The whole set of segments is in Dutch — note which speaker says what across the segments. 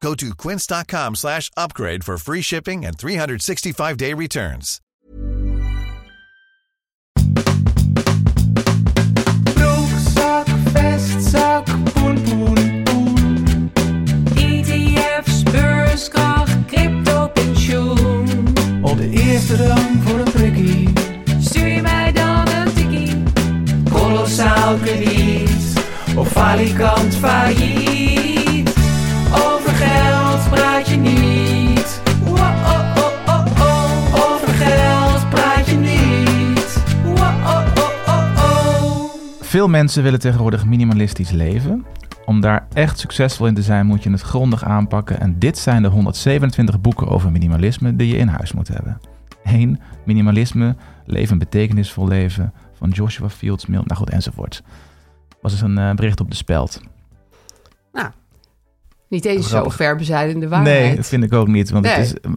Speaker 1: Go to quince.com slash upgrade for free shipping and 365-day returns.
Speaker 2: Broekzak, vestzak, poen, poen, poen. ETF's, E beurskracht, crypto, pensioen. Op de eerste rang voor een prikkie. Stuur je mij dan een tikkie. Kolossaal krediet. Of falikant failliet. Over geld praat je niet. Wa-oh-oh-oh-oh. Over geld praat je niet. Wa-oh-oh-oh-oh.
Speaker 3: Veel mensen willen tegenwoordig minimalistisch leven. Om daar echt succesvol in te zijn, moet je het grondig aanpakken. En dit zijn de 127 boeken over minimalisme die je in huis moet hebben. 1. Minimalisme, leven een betekenisvol leven van Joshua Fields Mill. Nou goed, enzovoort. Was dus een eh, bericht op de speld.
Speaker 4: Nou, Niet eens zo
Speaker 3: Grappig.
Speaker 4: ver bezijdende waarheid.
Speaker 3: Nee, dat vind ik ook niet. Want het,
Speaker 4: Nee.
Speaker 3: is, eh,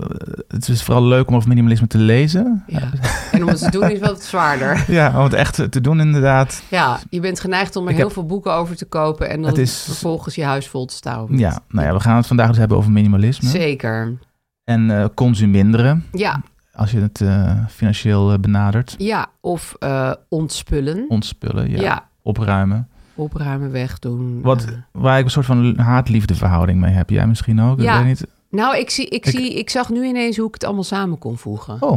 Speaker 3: het is vooral leuk om over minimalisme te lezen.
Speaker 4: Ja. En om het te doen is wel wat zwaarder.
Speaker 3: Ja, om het echt te doen inderdaad.
Speaker 4: Ja, je bent geneigd om er
Speaker 3: Ik
Speaker 4: heel
Speaker 3: heb-
Speaker 4: veel boeken over te kopen en
Speaker 3: Het
Speaker 4: dan
Speaker 3: is-
Speaker 4: vervolgens je huis vol te stouwen.
Speaker 3: Ja, nou ja, we gaan het vandaag dus hebben over minimalisme.
Speaker 4: Zeker.
Speaker 3: En eh, consuminderen,
Speaker 4: Ja,
Speaker 3: als je het eh, financieel eh, benadert.
Speaker 4: ja. of eh, ontspullen.
Speaker 3: Ontspullen,
Speaker 4: ja.
Speaker 3: ja. opruimen.
Speaker 4: opruimen, wegdoen.
Speaker 3: Wat,
Speaker 4: eh.
Speaker 3: waar ik een soort van haat-liefde verhouding mee heb. Jij misschien ook?
Speaker 4: Ja.
Speaker 3: Ik weet niet.
Speaker 4: Nou, ik, zie,
Speaker 3: Ik-
Speaker 4: ik, Zie, ik zag nu ineens hoe ik het allemaal samen kon voegen.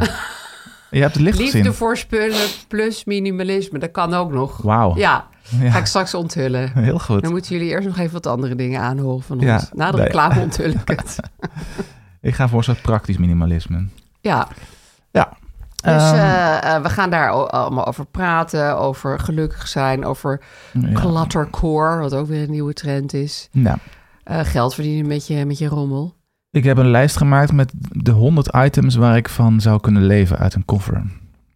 Speaker 3: Oh, je hebt het licht
Speaker 4: Liefde
Speaker 3: gezien.
Speaker 4: voor spullen plus minimalisme, dat kan ook nog.
Speaker 3: Wauw.
Speaker 4: Ja,
Speaker 3: Ja.
Speaker 4: ga ik straks onthullen.
Speaker 3: Heel goed.
Speaker 4: Dan moeten jullie eerst nog even wat andere dingen aanhoren van ons.
Speaker 3: Ja,
Speaker 4: Na de
Speaker 3: nee.
Speaker 4: reclame onthul ik het.
Speaker 3: Ik ga voor een soort praktisch minimalisme.
Speaker 4: Ja,
Speaker 3: Ja.
Speaker 4: Dus
Speaker 3: Ehm,
Speaker 4: eh, eh, we gaan daar o- allemaal over praten, over gelukkig zijn, over
Speaker 3: ja.
Speaker 4: cluttercore, wat ook weer een nieuwe trend is.
Speaker 3: Nou,
Speaker 4: Eh, geld verdienen met je, met je rommel.
Speaker 3: ik heb een lijst gemaakt met de 100 items waar ik van zou kunnen leven uit een koffer.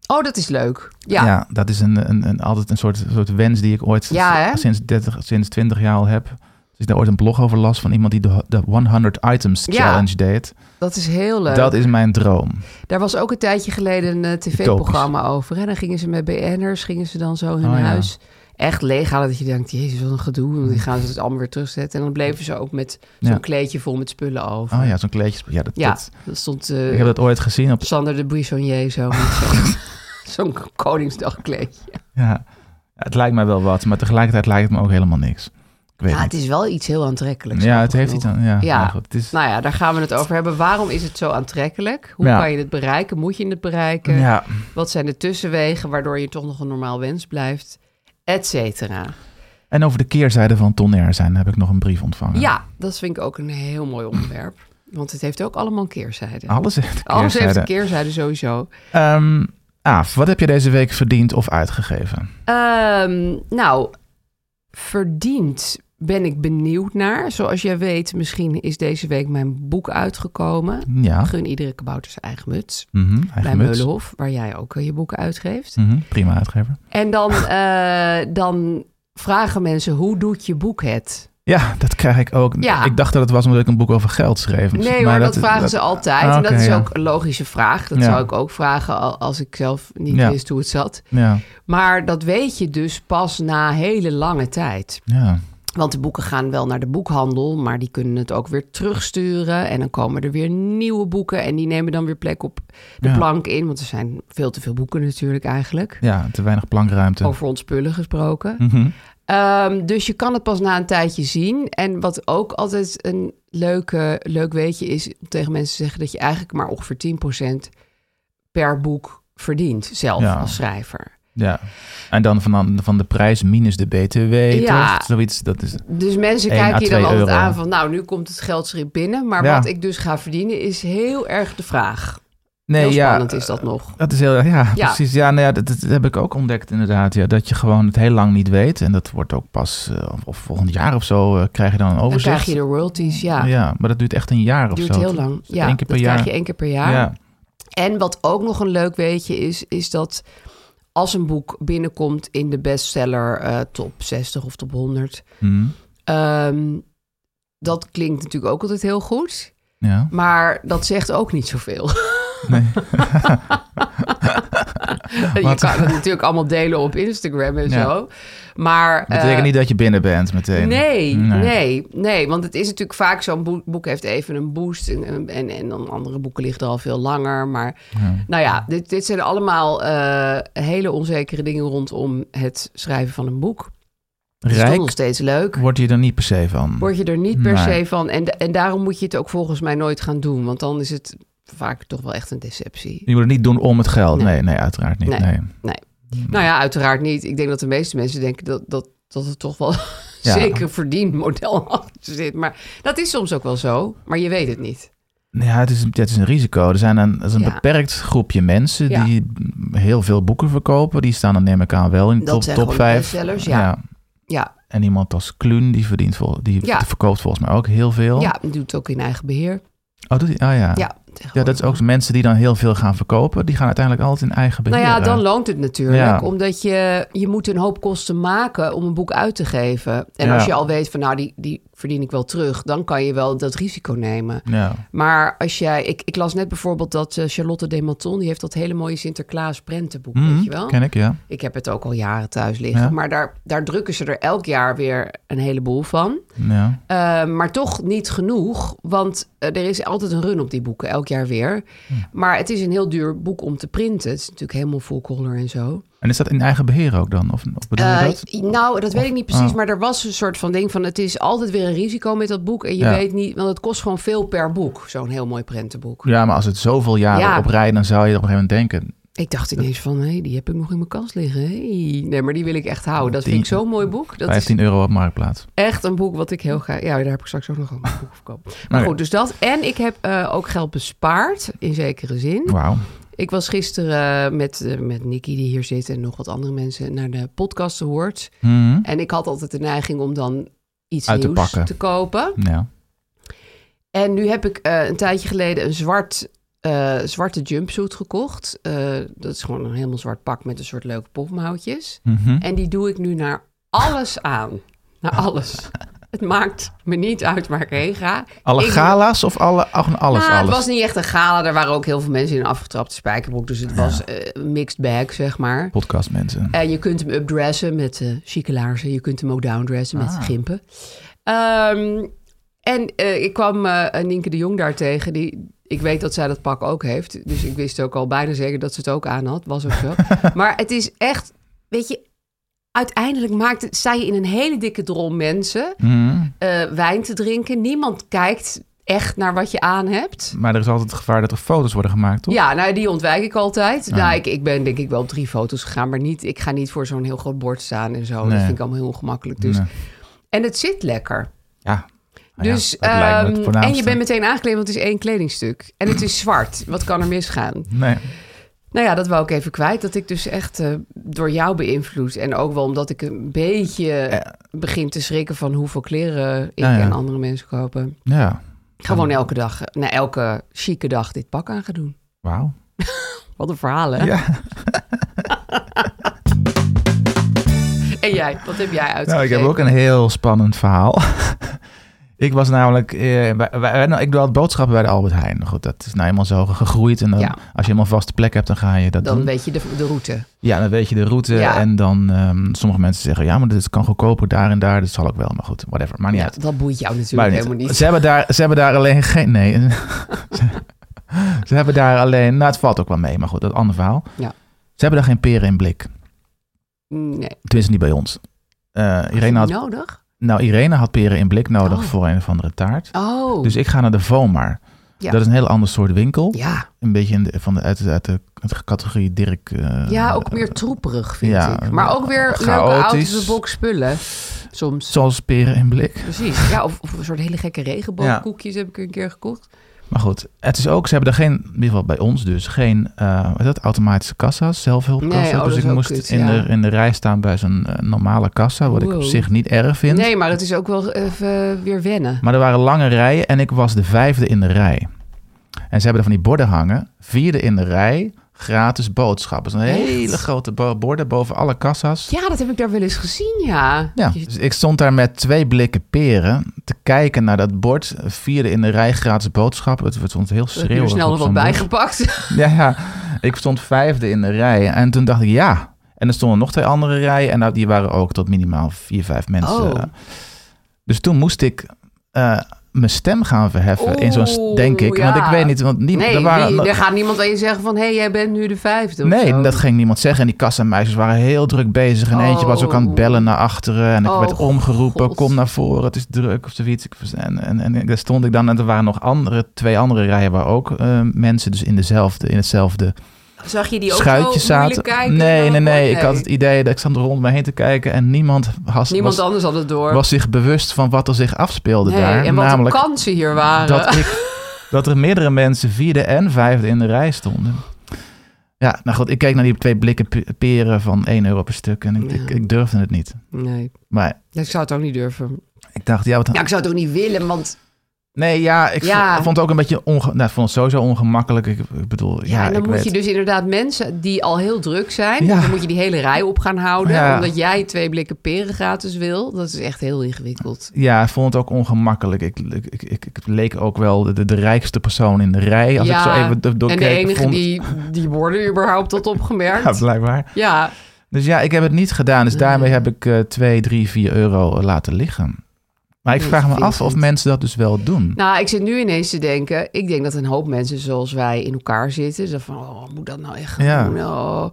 Speaker 4: Oh, dat is leuk. Ja, ja.
Speaker 3: dat is een, een, een, altijd een soort, soort wens die ik ooit
Speaker 4: Ja, hè?
Speaker 3: sinds, 30, sinds 20 jaar al heb. Dus ik daar ooit een blog over las van iemand die de, de 100 items
Speaker 4: Ja.
Speaker 3: challenge deed.
Speaker 4: dat is heel leuk.
Speaker 3: Dat is mijn droom.
Speaker 4: Daar was ook een tijdje geleden een eh, tv-programma over. En dan gingen ze met BN'ers, gingen ze dan zo hun
Speaker 3: Oh, ja. Mm.
Speaker 4: huis echt leeghalen. Dat je denkt, jezus, wat een gedoe. Want die gaan ze het allemaal weer terugzetten. En dan bleven ze ook met zo'n
Speaker 3: Ja.
Speaker 4: kleedje vol met spullen over.
Speaker 3: Oh ja, zo'n kleedje. Ja, dat,
Speaker 4: Ja,
Speaker 3: dat-
Speaker 4: dat stond eh,
Speaker 3: ik heb dat ooit gezien op...
Speaker 4: Sander de Buissonnier zo. met zo'n- Zo'n Koningsdagkleedje.
Speaker 3: Ja, het lijkt mij wel wat, maar tegelijkertijd lijkt het me ook helemaal niks. Ik weet
Speaker 4: Ja,
Speaker 3: niet.
Speaker 4: het is wel iets heel aantrekkelijks.
Speaker 3: ja, het
Speaker 4: grappig
Speaker 3: heeft iets
Speaker 4: genoeg.
Speaker 3: aan... Ja,
Speaker 4: Ja.
Speaker 3: nou goed, het is,
Speaker 4: Nou ja, daar gaan we het over hebben. Waarom is het zo aantrekkelijk? Hoe
Speaker 3: Ja.
Speaker 4: kan je het bereiken? Moet je het bereiken?
Speaker 3: ja,
Speaker 4: Wat zijn de tussenwegen waardoor je toch nog een normaal wens blijft? Et cetera.
Speaker 3: en over de keerzijde van tonair zijn heb ik nog een brief ontvangen.
Speaker 4: Ja, dat vind ik ook een heel mooi onderwerp. Want het heeft ook allemaal een keerzijde.
Speaker 3: Alles heeft een
Speaker 4: Alles heeft
Speaker 3: keerzijde.
Speaker 4: een keerzijde sowieso.
Speaker 3: Ehm, Aaf, wat heb je deze week verdiend of uitgegeven?
Speaker 4: Ehm, nou, verdiend ben ik benieuwd naar. Zoals jij weet, misschien is deze week mijn boek uitgekomen.
Speaker 3: Ja.
Speaker 4: Gun iedere kabouter zijn eigen muts.
Speaker 3: Mhm,
Speaker 4: bij
Speaker 3: Ah. eigen muts.
Speaker 4: Meulenhof, waar jij ook eh, je boeken uitgeeft.
Speaker 3: Mhm, prima uitgever.
Speaker 4: En dan, eh, dan vragen mensen, hoe doet je boek het?
Speaker 3: Ja, dat krijg ik ook.
Speaker 4: Ja.
Speaker 3: Ik dacht dat het was omdat ik een boek over geld schreef.
Speaker 4: Nee, maar dat, vragen ze altijd.
Speaker 3: Ah,
Speaker 4: en dat
Speaker 3: oké,
Speaker 4: is
Speaker 3: ja.
Speaker 4: ook een logische vraag. Dat
Speaker 3: Ja.
Speaker 4: zou ik ook vragen al- als ik zelf niet
Speaker 3: Ja.
Speaker 4: wist hoe het zat.
Speaker 3: Ja,
Speaker 4: Maar dat weet je dus pas na hele lange tijd.
Speaker 3: ja.
Speaker 4: Want de boeken gaan wel naar de boekhandel, maar die kunnen het ook weer terugsturen. En dan komen er weer nieuwe boeken en die nemen dan weer plek op de
Speaker 3: Ja.
Speaker 4: plank in. Want er zijn veel te veel boeken natuurlijk eigenlijk.
Speaker 3: ja, te weinig plankruimte.
Speaker 4: Over ons spullen gesproken.
Speaker 3: Mhm.
Speaker 4: Ehm, dus je kan het pas na een tijdje zien. En wat ook altijd een leuke, leuk weetje is om tegen mensen te zeggen dat je eigenlijk maar ongeveer 10% per boek verdient zelf
Speaker 3: Ja.
Speaker 4: als schrijver.
Speaker 3: Ja. En dan van, van de prijs minus de BTW,
Speaker 4: Ja.
Speaker 3: toch? Zoiets, dat is...
Speaker 4: Dus mensen
Speaker 3: Eén à
Speaker 4: kijken je dan
Speaker 3: twee
Speaker 4: altijd
Speaker 3: euro.
Speaker 4: aan van, nou, nu komt het geldschrift binnen. Maar
Speaker 3: Ja.
Speaker 4: wat ik dus ga verdienen is heel erg de vraag.
Speaker 3: Nee,
Speaker 4: heel
Speaker 3: ja, eh,
Speaker 4: spannend is dat nog.
Speaker 3: Dat is heel, ja,
Speaker 4: Ja.
Speaker 3: precies. Ja, nou ja, dat, dat heb ik ook ontdekt inderdaad. Ja, dat je gewoon het heel lang niet weet. En dat wordt ook pas, eh, of, of volgend jaar of zo, eh, krijg je dan een
Speaker 4: Dan
Speaker 3: overzicht.
Speaker 4: krijg je de royalties, ja.
Speaker 3: Ja, maar dat duurt echt een jaar of
Speaker 4: duurt
Speaker 3: zo.
Speaker 4: heel lang.
Speaker 3: Dus
Speaker 4: Ja,
Speaker 3: één keer per
Speaker 4: dat
Speaker 3: jaar.
Speaker 4: krijg je één keer per jaar.
Speaker 3: Ja,
Speaker 4: En wat ook nog een leuk weetje is, is dat als een boek binnenkomt in de bestseller eh, top 60 of top 100,
Speaker 3: Hm.
Speaker 4: ehm, dat klinkt natuurlijk ook altijd heel goed,
Speaker 3: ja.
Speaker 4: maar dat zegt ook niet zoveel.
Speaker 3: Nee.
Speaker 4: je
Speaker 3: Wat?
Speaker 4: kan het natuurlijk allemaal delen op Instagram en
Speaker 3: Ja.
Speaker 4: zo, maar
Speaker 3: Dat betekent
Speaker 4: eh,
Speaker 3: niet dat je binnen bent meteen.
Speaker 4: Nee, nee, nee, Want het is natuurlijk vaak zo'n boek, boek heeft even een boost. En, en, en, en dan andere boeken liggen er al veel langer. Maar nou ja, dit, dit zijn allemaal eh, hele onzekere dingen rondom het schrijven van een boek. Het is toch nog
Speaker 3: Rijk
Speaker 4: steeds leuk.
Speaker 3: word je er niet per se van.
Speaker 4: Word je er niet per
Speaker 3: Nee.
Speaker 4: se van. En, da- en daarom moet je het ook volgens mij nooit gaan doen. Want dan is het vaak toch wel echt een deceptie.
Speaker 3: Je moet het niet doen om het geld.
Speaker 4: Nee.
Speaker 3: Nee, nee, uiteraard niet.
Speaker 4: Nee.
Speaker 3: Nee. Hmm.
Speaker 4: Nee. Nou ja, uiteraard niet. Ik denk dat de meeste mensen denken dat, dat, dat het toch wel
Speaker 3: Ja.
Speaker 4: zeker verdiend model achter zit. Maar dat is soms ook wel zo, maar je weet het niet.
Speaker 3: Ja, het is, het is een risico. Er zijn een, er is een
Speaker 4: Ja.
Speaker 3: beperkt groepje mensen
Speaker 4: Ja.
Speaker 3: die heel veel boeken verkopen. Die staan dan neem ik aan wel in de
Speaker 4: Dat
Speaker 3: top,
Speaker 4: zijn
Speaker 3: top
Speaker 4: gewoon
Speaker 3: 5.
Speaker 4: bestsellers, ja. Ja,
Speaker 3: En iemand als Kluun, die, verdient vol, die
Speaker 4: Ja.
Speaker 3: verkoopt volgens mij ook heel veel.
Speaker 4: ja doet het ook in eigen beheer.
Speaker 3: Oh, doet hij? Ah, ja.
Speaker 4: Ja,
Speaker 3: Ja, dat is ook mensen die dan heel veel gaan verkopen. Die gaan uiteindelijk altijd in eigen beheer.
Speaker 4: Nou ja, dan
Speaker 3: eh.
Speaker 4: loont het natuurlijk.
Speaker 3: Ja.
Speaker 4: Omdat je, je moet een hoop kosten maken om een boek uit te geven. En
Speaker 3: Ja.
Speaker 4: als je al weet van nou, die, die verdien ik wel terug. Dan kan je wel dat risico nemen.
Speaker 3: Ja.
Speaker 4: Maar als jij, ik, ik las net bijvoorbeeld dat eh, Charlotte de Maton, die heeft dat hele mooie Sinterklaas prentenboek, weet je
Speaker 3: Mhm,
Speaker 4: wel?
Speaker 3: Ken ik, ja.
Speaker 4: Ik heb het ook al jaren thuis liggen.
Speaker 3: Ja.
Speaker 4: Maar daar, daar drukken ze er elk jaar weer een heleboel van.
Speaker 3: ja.
Speaker 4: Eh, maar toch niet genoeg, want eh, er is altijd een run op die boeken, elk jaar weer.
Speaker 3: Hm.
Speaker 4: Maar het is een heel duur boek om te printen. Het is natuurlijk helemaal full color en zo.
Speaker 3: En is dat in eigen beheer ook dan? Of, of bedoel je
Speaker 4: Eh,
Speaker 3: dat?
Speaker 4: nou, dat weet ik niet precies,
Speaker 3: ah.
Speaker 4: maar er was een soort van ding van... het is altijd weer een risico met dat boek en je
Speaker 3: Ja.
Speaker 4: weet niet... want het kost gewoon veel per boek, zo'n heel mooi prentenboek.
Speaker 3: Ja, maar als het zoveel jaren
Speaker 4: Ja.
Speaker 3: op rij, dan zou je er op een gegeven moment denken.
Speaker 4: Ik dacht ineens van, hé, die heb ik nog in mijn kast liggen. Hey. Nee, maar die wil ik echt houden. Dat vind ik
Speaker 3: Tien-
Speaker 4: zo'n mooi boek. Dat is
Speaker 3: 15 euro op marktplaats.
Speaker 4: echt een boek wat ik heel graag... Ja, daar heb ik straks ook nog een boek over verkopen. Maar
Speaker 3: Oké.
Speaker 4: goed, dus dat. En ik heb eh, ook geld bespaard, in zekere zin.
Speaker 3: Wauw.
Speaker 4: Ik was gisteren eh, met, eh, met Nicky, die hier zit, en nog wat andere mensen... naar de podcast hoort.
Speaker 3: Mhm.
Speaker 4: En ik had altijd de neiging om dan iets
Speaker 3: Uit te
Speaker 4: nieuws te,
Speaker 3: pakken.
Speaker 4: kopen.
Speaker 3: Ja.
Speaker 4: En nu heb ik eh, een tijdje geleden een zwart, eh, zwarte jumpsuit gekocht. Eh, dat is gewoon een helemaal zwart pak met een soort leuke popmouwtjes.
Speaker 3: Mhm.
Speaker 4: En die doe ik nu naar alles aan. Naar alles. Het maakt me niet uit waar ik heen ga.
Speaker 3: Alle
Speaker 4: Ik-
Speaker 3: gala's of alle, ach, alles?
Speaker 4: Nou,
Speaker 3: alles?
Speaker 4: Het was niet echt een gala. Er waren ook heel veel mensen in een afgetrapte spijkerbroek. Dus het was eh, een mixed bag, zeg maar.
Speaker 3: Podcastmensen.
Speaker 4: En Eh, je kunt hem updressen met eh chique laarzen. Je kunt hem ook downdressen met gimpen. Ehm, en eh, ik kwam eh Nienke de Jong daar tegen. Die, ik weet dat zij dat pak ook heeft. Dus ik wist ook al bijna zeker dat ze het ook aan had. Was ook zo. maar het is echt, weet je... Uiteindelijk maakt het, sta je in een hele dikke drom mensen
Speaker 3: Mhm.
Speaker 4: eh, wijn te drinken. Niemand kijkt echt naar wat je aan hebt.
Speaker 3: Maar er is altijd het gevaar dat er foto's worden gemaakt, toch? Ah.
Speaker 4: Ja, nou, die ontwijk ik altijd. Nou, ik, ik ben denk ik wel op drie foto's gegaan, maar niet, ik ga niet voor zo'n heel groot bord staan en zo. Dat
Speaker 3: Nee.
Speaker 4: vind ik allemaal heel ongemakkelijk. Dus.
Speaker 3: Nee.
Speaker 4: En het zit lekker.
Speaker 3: Ja. Nou ja,
Speaker 4: Dus,
Speaker 3: dat lijkt me het
Speaker 4: ehm, en je
Speaker 3: voornaamste.
Speaker 4: bent meteen aangekleed, want het is één kledingstuk. En het is zwart. Wat kan er misgaan?
Speaker 3: Nee.
Speaker 4: Nou ja, dat wou ik even kwijt. Dat ik dus echt eh, door jou beïnvloed. En ook wel omdat ik een beetje begin te schrikken van hoeveel kleren ik
Speaker 3: Ja, ja.
Speaker 4: en andere mensen kopen.
Speaker 3: Ja.
Speaker 4: Ik ga gewoon elke dag, eh, na elke chique dag, dit pak aan gaan doen.
Speaker 3: Wauw.
Speaker 4: Wat een verhaal, hè?
Speaker 3: Ja.
Speaker 4: En jij, wat heb jij uitgegeven?
Speaker 3: Nou, ik heb ook een heel spannend verhaal. ik was namelijk... Eh, bij, bij- nou, ik doe altijd boodschappen bij de Albert Heijn. Goed, dat is nou eenmaal zo gegroeid. En dan,
Speaker 4: Ja.
Speaker 3: als je helemaal vaste plek hebt, dan ga je dat
Speaker 4: Dan
Speaker 3: doen.
Speaker 4: weet je de, de route.
Speaker 3: Ja, dan weet je de route.
Speaker 4: Ja.
Speaker 3: En dan... ehm, sommige mensen zeggen... Ja, maar dit kan goedkoper daar en daar. Dat zal ook wel. Maar goed, whatever. Maakt niet
Speaker 4: Ja,
Speaker 3: uit.
Speaker 4: dat boeit jou
Speaker 3: Maar
Speaker 4: natuurlijk helemaal niet.
Speaker 3: Ze hebben daar, ze hebben daar alleen geen... Nee. Ze- ze hebben daar alleen... Nou, het valt ook wel mee, maar goed, dat is een ander verhaal.
Speaker 4: Ja.
Speaker 3: Ze hebben daar geen peren in blik.
Speaker 4: Nee.
Speaker 3: Tenminste, niet bij ons. Eh, Irene had,
Speaker 4: Nodig?
Speaker 3: nou, Irene had peren in blik nodig
Speaker 4: Oh.
Speaker 3: voor een of andere taart.
Speaker 4: Oh,
Speaker 3: Dus ik ga naar de Vomar.
Speaker 4: Ja.
Speaker 3: Dat is een heel ander soort winkel.
Speaker 4: Ja,
Speaker 3: Een beetje in de, van de, uit, de- uit de, uit de categorie Dirk. eh,
Speaker 4: ja ook meer troeperig vind
Speaker 3: ja, eh,
Speaker 4: ik. Maar ook weer leuke
Speaker 3: chaotisch.
Speaker 4: out-of-the-box spullen. Soms.
Speaker 3: Zoals peren en blik.
Speaker 4: Precies. Ja, of, of een soort hele gekke
Speaker 3: Ja.
Speaker 4: regenboogkoekjes heb ik een keer gekocht.
Speaker 3: Maar goed, het is ook, ze hebben er geen, in ieder geval bij ons dus, geen eh, wat is dat, automatische kassa's, zelfhulpkassa's.
Speaker 4: Nee, oh, dat
Speaker 3: dus
Speaker 4: is
Speaker 3: ik
Speaker 4: ook
Speaker 3: moest
Speaker 4: kut,
Speaker 3: in,
Speaker 4: ja.
Speaker 3: de, in de rij staan bij zo'n eh, normale kassa, wat ik op
Speaker 4: Wow.
Speaker 3: zich niet erg vind.
Speaker 4: Nee, maar het is ook wel even weer wennen.
Speaker 3: Maar er waren lange rijen en ik was de vijfde in de rij. En ze hebben er van die borden hangen. Vierde in de rij, gratis boodschappen. Zo'n
Speaker 4: Echt?
Speaker 3: hele grote bo- borden boven alle kassa's.
Speaker 4: Ja, dat heb ik daar wel eens gezien, ja.
Speaker 3: Ja,
Speaker 4: Je-
Speaker 3: dus ik stond daar met twee blikken peren te kijken naar dat bord. Vierde in de rij, gratis boodschappen. Het stond heel
Speaker 4: dat heb je er
Speaker 3: schreeuwig.
Speaker 4: snel
Speaker 3: op
Speaker 4: nog wat
Speaker 3: zo'n bord.
Speaker 4: bijgepakt.
Speaker 3: Ja, ja, ik stond vijfde in de rij. En toen dacht ik, ja. En er stonden nog twee andere rijen. En nou, die waren ook tot minimaal vier, vijf mensen.
Speaker 4: Oh.
Speaker 3: Dus toen moest ik eh, mijn stem gaan verheffen. in zo'n, st-
Speaker 4: Oeh,
Speaker 3: denk ik. Want ik
Speaker 4: ja.
Speaker 3: weet niet, want niet,
Speaker 4: Nee,
Speaker 3: er waren...
Speaker 4: wie- er gaat niemand aan je zeggen van... hé, hey, jij bent nu de vijfde of
Speaker 3: Nee,
Speaker 4: zo.
Speaker 3: dat ging niemand zeggen. En die kassameisjes waren heel druk bezig. En eentje was ook aan het bellen naar achteren. En ik
Speaker 4: Oh,
Speaker 3: werd omgeroepen,
Speaker 4: God.
Speaker 3: kom naar voren, het is druk of zoiets. Ik was- En, en, en daar stond ik dan. En er waren nog andere, twee andere rijen waar ook eh, mensen dus in, dezelfde, in hetzelfde
Speaker 4: Zag je die ook
Speaker 3: schuitje
Speaker 4: zo moeilijk
Speaker 3: zaten.
Speaker 4: kijken?
Speaker 3: nee, nee, nee. Ik had het
Speaker 4: het
Speaker 3: idee dat ik zat er rond me heen te kijken. En niemand, was,
Speaker 4: Niemand
Speaker 3: was,
Speaker 4: anders had het door.
Speaker 3: was zich bewust van wat er zich afspeelde
Speaker 4: nee,
Speaker 3: daar.
Speaker 4: en wat
Speaker 3: namelijk
Speaker 4: de kansen hier waren.
Speaker 3: dat, ik, dat er meerdere mensen vierde en vijfde in de rij stonden. Ja, nou goed, ik keek naar die twee blikken pe- peren van 1 euro per stuk en ik,
Speaker 4: Ja.
Speaker 3: ik, ik durfde het niet.
Speaker 4: Nee,
Speaker 3: Maar
Speaker 4: ik zou het ook niet durven.
Speaker 3: ik dacht, ja, wat
Speaker 4: Ja, ik zou het ook niet willen, want...
Speaker 3: Nee, ja, ik
Speaker 4: Ja.
Speaker 3: vond- vond het ook een beetje onge... Nou, ik vond het sowieso ongemakkelijk. Ik, ik bedoel, ja,
Speaker 4: Ja, en dan
Speaker 3: ik
Speaker 4: moet
Speaker 3: weet...
Speaker 4: je dus inderdaad mensen die al heel druk zijn...
Speaker 3: Ja.
Speaker 4: dan moet je die hele rij op gaan houden...
Speaker 3: Ja.
Speaker 4: omdat jij twee blikken peren gratis wil. Dat is echt heel ingewikkeld.
Speaker 3: Ja, ik vond het ook ongemakkelijk. Ik, ik, ik, ik, ik leek ook wel de, de, de rijkste persoon in de rij. Als ik zo even do-
Speaker 4: en
Speaker 3: doorkeek,
Speaker 4: de enige
Speaker 3: vond...
Speaker 4: die die worden überhaupt had opgemerkt.
Speaker 3: Ja,
Speaker 4: Ja,
Speaker 3: blijkbaar. Dus ja, ik heb het niet gedaan. Dus
Speaker 4: Nee.
Speaker 3: daarmee heb ik eh 2, 3, 4 euro eh, laten liggen. Maar ik
Speaker 4: Nee,
Speaker 3: vraag me
Speaker 4: vind
Speaker 3: af
Speaker 4: ik
Speaker 3: of
Speaker 4: niet.
Speaker 3: mensen dat dus wel doen.
Speaker 4: nou, ik zit nu ineens te denken... ik denk dat een hoop mensen zoals wij in elkaar zitten... zo van, oh, moet dat nou echt gaan
Speaker 3: Ja.
Speaker 4: doen? Oh.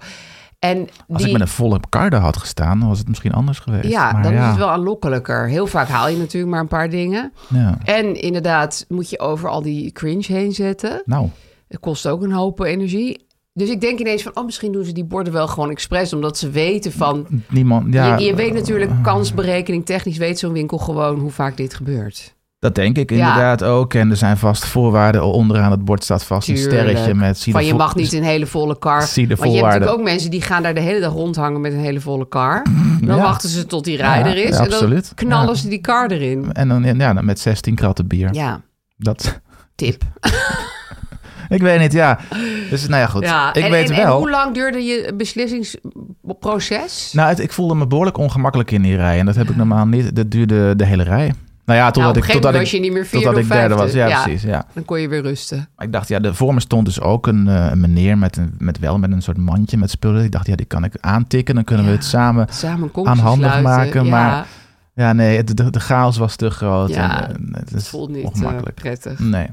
Speaker 4: En
Speaker 3: Als
Speaker 4: die,
Speaker 3: ik met een volle karde had gestaan, dan was het misschien anders geweest.
Speaker 4: Ja,
Speaker 3: maar
Speaker 4: dan
Speaker 3: ja.
Speaker 4: is het wel aanlokkelijker. Heel vaak haal je natuurlijk maar een paar dingen.
Speaker 3: Ja.
Speaker 4: En inderdaad moet je over al die cringe heen zetten.
Speaker 3: Nou,
Speaker 4: Het kost ook een hoop energie. Dus ik denk ineens van, oh, misschien doen ze die borden wel gewoon expres... omdat ze weten van...
Speaker 3: niemand... Ja,
Speaker 4: je, je weet natuurlijk, kansberekening technisch weet zo'n winkel gewoon hoe vaak dit gebeurt.
Speaker 3: Dat denk ik
Speaker 4: Ja.
Speaker 3: inderdaad ook. En er zijn vast voorwaarden. Onderaan het bord staat vast een
Speaker 4: Tuurlijk.
Speaker 3: sterretje met... zie de
Speaker 4: Van je
Speaker 3: vo-
Speaker 4: mag niet een hele volle kar.
Speaker 3: Zie de
Speaker 4: Want je hebt natuurlijk
Speaker 3: voorwaarden.
Speaker 4: ook mensen die gaan daar de hele dag rondhangen met een hele volle kar. Dan
Speaker 3: Ja.
Speaker 4: wachten ze tot die rijder
Speaker 3: Ja,
Speaker 4: is.
Speaker 3: ja,
Speaker 4: en dan
Speaker 3: absoluut. Ja.
Speaker 4: knallen ze die kar erin.
Speaker 3: En dan, ja, dan met 16 kratten bier.
Speaker 4: Ja,
Speaker 3: Dat,
Speaker 4: tip.
Speaker 3: ik weet niet, ja. Dus nou ja, goed.
Speaker 4: Ja.
Speaker 3: ik
Speaker 4: en,
Speaker 3: weet
Speaker 4: en, en
Speaker 3: wel...
Speaker 4: hoe lang duurde je beslissingsproces?
Speaker 3: Nou, het- ik voelde me behoorlijk ongemakkelijk in die rij. En dat heb ik normaal niet. Dat duurde de hele rij. Nou ja, totdat
Speaker 4: op een
Speaker 3: ik,
Speaker 4: gegeven
Speaker 3: totdat
Speaker 4: moment
Speaker 3: ik,
Speaker 4: was je niet meer vierde
Speaker 3: totdat
Speaker 4: of
Speaker 3: ik derde was.
Speaker 4: vijfde.
Speaker 3: Ja,
Speaker 4: Ja.
Speaker 3: precies. Ja.
Speaker 4: Dan kon je weer rusten.
Speaker 3: Maar ik dacht, ja, de, voor me stond dus ook een, eh, een meneer met, een, met wel met een soort mandje met spullen. Ik dacht, ja, die kan ik aantikken. Dan kunnen we
Speaker 4: Ja.
Speaker 3: het samen.
Speaker 4: Samen een
Speaker 3: Aan
Speaker 4: kopje
Speaker 3: handig
Speaker 4: sluiten.
Speaker 3: maken,
Speaker 4: ja,
Speaker 3: maar Ja, nee, het- de, de chaos was te groot.
Speaker 4: Ja,
Speaker 3: en, eh, het
Speaker 4: het
Speaker 3: is
Speaker 4: voelt niet eh,
Speaker 3: ongemakkelijk.
Speaker 4: prettig.
Speaker 3: nee.